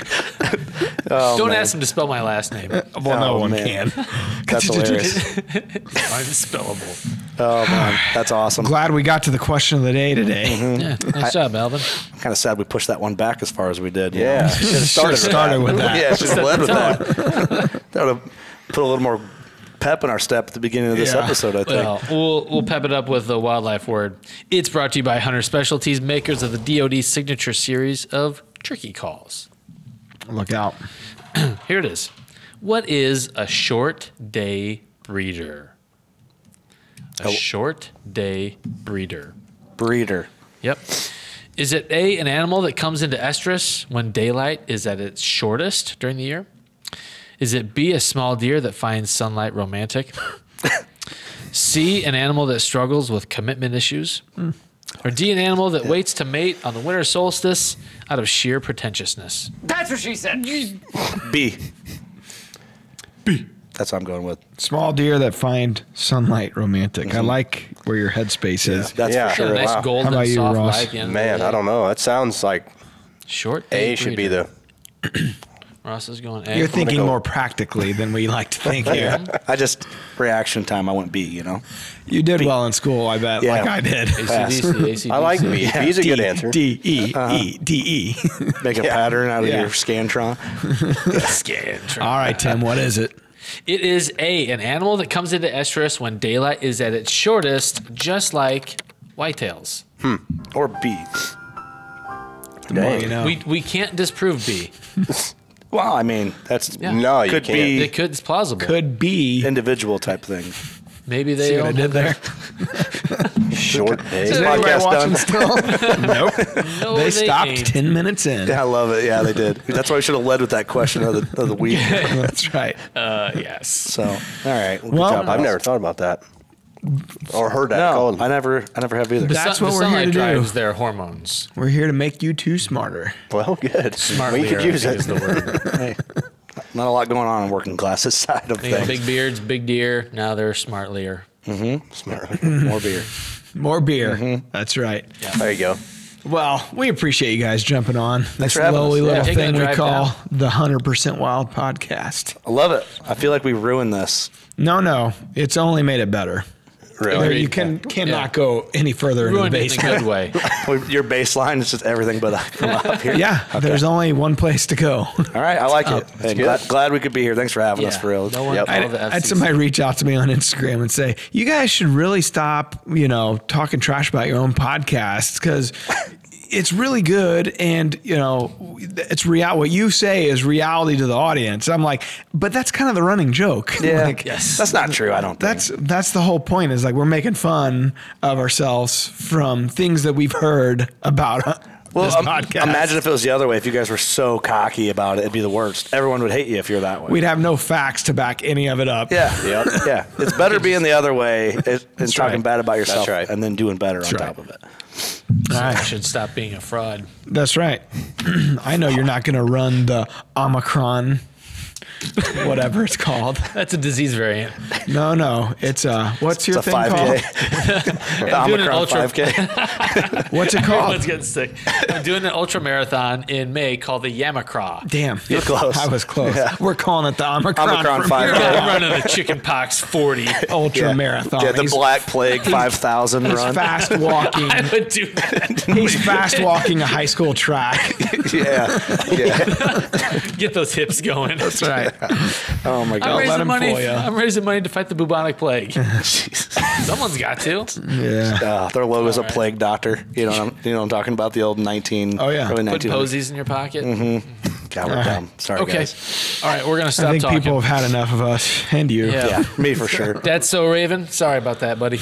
Don't ask him to spell my last name.
Well, no
Oh,
one
man.
can.
That's hilarious.
Unspellable.
Oh man, that's awesome.
Glad we got to the question of the day today.
Mm-hmm.
Yeah, nice job, Alvin.
Kind of sad we pushed that one back as far as we did. you know?
Yeah.
Should have started, with that.
Yeah, should have led with that. That would have put a little more pep in our step at the beginning of this
Yeah.
episode, I think.
Well, Uh, we'll we'll pep it up with the wildlife word. It's brought to you by Hunter Specialties, makers of the DoD signature series of tricky calls.
Look out.
Here it is. What is a short day breeder? A short day breeder.
Breeder.
Yep. Is it A, an animal that comes into estrus when daylight is at its shortest during the year? Is it B, a small deer that finds sunlight romantic? C, an animal that struggles with commitment issues? Or D, an animal that waits to mate on the winter solstice out of sheer pretentiousness?
That's what she said.
B. B. That's what I'm going with.
Small deer that find sunlight romantic. I like where your headspace is.
That's
Yeah.
for sure.
Got a nice
wow.
golden
about you,
soft
Ross?
light at the end of the
Man,
day.
I don't know. That sounds like
Short
A
day
should be
breeder.
the
Ross is going A.
You're thinking
go-
more practically than we like to think here.
I just reaction time. I went B. You know.
You did well in school, I bet,
Yeah.
like I did.
ACDC, ACDC.
I like B. B's a good
D,
answer.
D E E D E.
Make a pattern out of
Yeah.
your scantron.
All right, Tim, what is it?
It is a an animal that comes into estrus when daylight is at its shortest, just like whitetails.
or B.
The more you know.
We we can't disprove B.
Well, I mean, that's
No, you
could
can't.
It
be
could it's plausible.
could be.
individual type thing.
Maybe they
See what I
own-
did there?
short
Is
A.
Anybody
anybody podcast
watching
done?
still? nope.
No,
they stopped
ain't.
10 minutes in.
I love it. Yeah, they did. That's why we should have led with that question of the, of the week.
That's right.
Uh, yes.
So, all right. Well, good
Well,
job,
I've
Ross.
never thought about that or heard that
No,
called.
I never, I never have either.
That's
Sun-
what
the
we're here
sunlight
to do.
drives their hormones.
We're here to make you two smarter.
Well, good. we could
I
use
think
it.
is the word.
Hey, Not a lot going on in working class this side of
They got
things.
big beards, big deer. Now they're smartlier.
Smart. More beer.
More beer. That's right.
There you go.
Well, we appreciate you guys jumping on this
for having
lowly
us.
little
Yeah, taking
thing
a
we
drive
call
down.
the Hundred Percent Wild Podcast.
I love it. I feel like we ruined this.
No, no, it's only made it better. There-
Really?
you can cannot go any further into the
Ruined it in a
basement.
good way.
We- Your baseline is just everything but up from up here.
Yeah, there's only one place to go.
All right. I like it. Hey, glad, glad we could be here. Thanks for having us,
Yeah.
for real.
No one
Yep.
called
I
All the
had, I had
FCC.
somebody reach out to me on Instagram and say, "You guys should really stop, you know, talking trash about your own podcast because it's really good, and you know, it's real. What you say is reality to the audience." I'm like, "But that's kind of the running joke.
Yeah.
Like,
That's not true. I don't. Think.
That's that's the whole point. Is like we're making fun of ourselves from things that we've heard about uh, this
Well, um,
podcast.
imagine if it was the other way. If you guys were so cocky about it, it'd be the worst. Everyone would hate you if you're that way.
we'd have no facts to back any of it up.
yeah, yeah. It's better being the other way and and talking
right.
bad about yourself,
right.
and then doing better on
right.
top of it.
All
I
right.
should stop being a fraud.
That's right. I know you're not going to run the Omicron, whatever it's called.
That's a disease variant.
No, no, it's a what's your
It's a
thing called?
5K. the
doing an
Omicron
ultra-
5K.
What's it
Everyone's
called?
getting sick. I'm doing an ultra marathon in May called the Yamacraw.
Damn,
You're close.
I was close. We're calling it the Omicron,
Omicron
from
5K.
here on.
I'm running the chicken pox 40.
ultra
Yeah.
marathon.
Yeah, the
He's-
Black Plague 5,000
he's
run.
fast walking.
I would do that.
He's fast walking a high school track.
Yeah, yeah.
Get those hips going. That's
right.
Oh my
I'm
God.
let
raising,
him
money,
fool ya.
I'm raising money to fight the bubonic plague. Someone's got to.
Yeah.
Uh, their logo's a
right.
plague doctor. You know, what I'm, you know, what I'm talking about the old 19.
Oh, yeah.
early
Put
19.
Put posies in your pocket.
God, we're dumb. Sorry,
Okay.
guys.
All right, we're going to stop
I think
talking.
people have had enough of us and you.
yeah.
Yeah, me for sure.
That's so Raven. Sorry about that, buddy.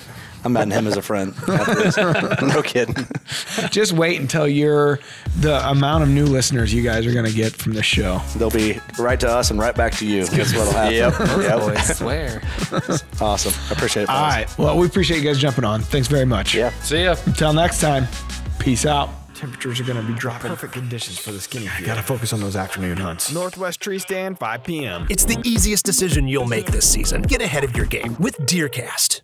I'm adding him as a friend. after this. no kidding.
Just wait until you're the amount of new listeners you guys are going to get from this show.
They'll be right to us and right back to you. That's what'll happen.
Oh, I
Yep.
swear.
yep. Awesome. I appreciate it.
All
fellas.
right. Well, we appreciate you guys jumping on. Thanks very much.
Yeah.
See ya.
Until next time, peace out. Temperatures are going to be dropping.
Perfect conditions for the skinny field.
Got to focus on those afternoon hunts. Northwest Tree Stand, 5 p.m.
It's the easiest decision you'll make this season. Get ahead of your game with DeerCast.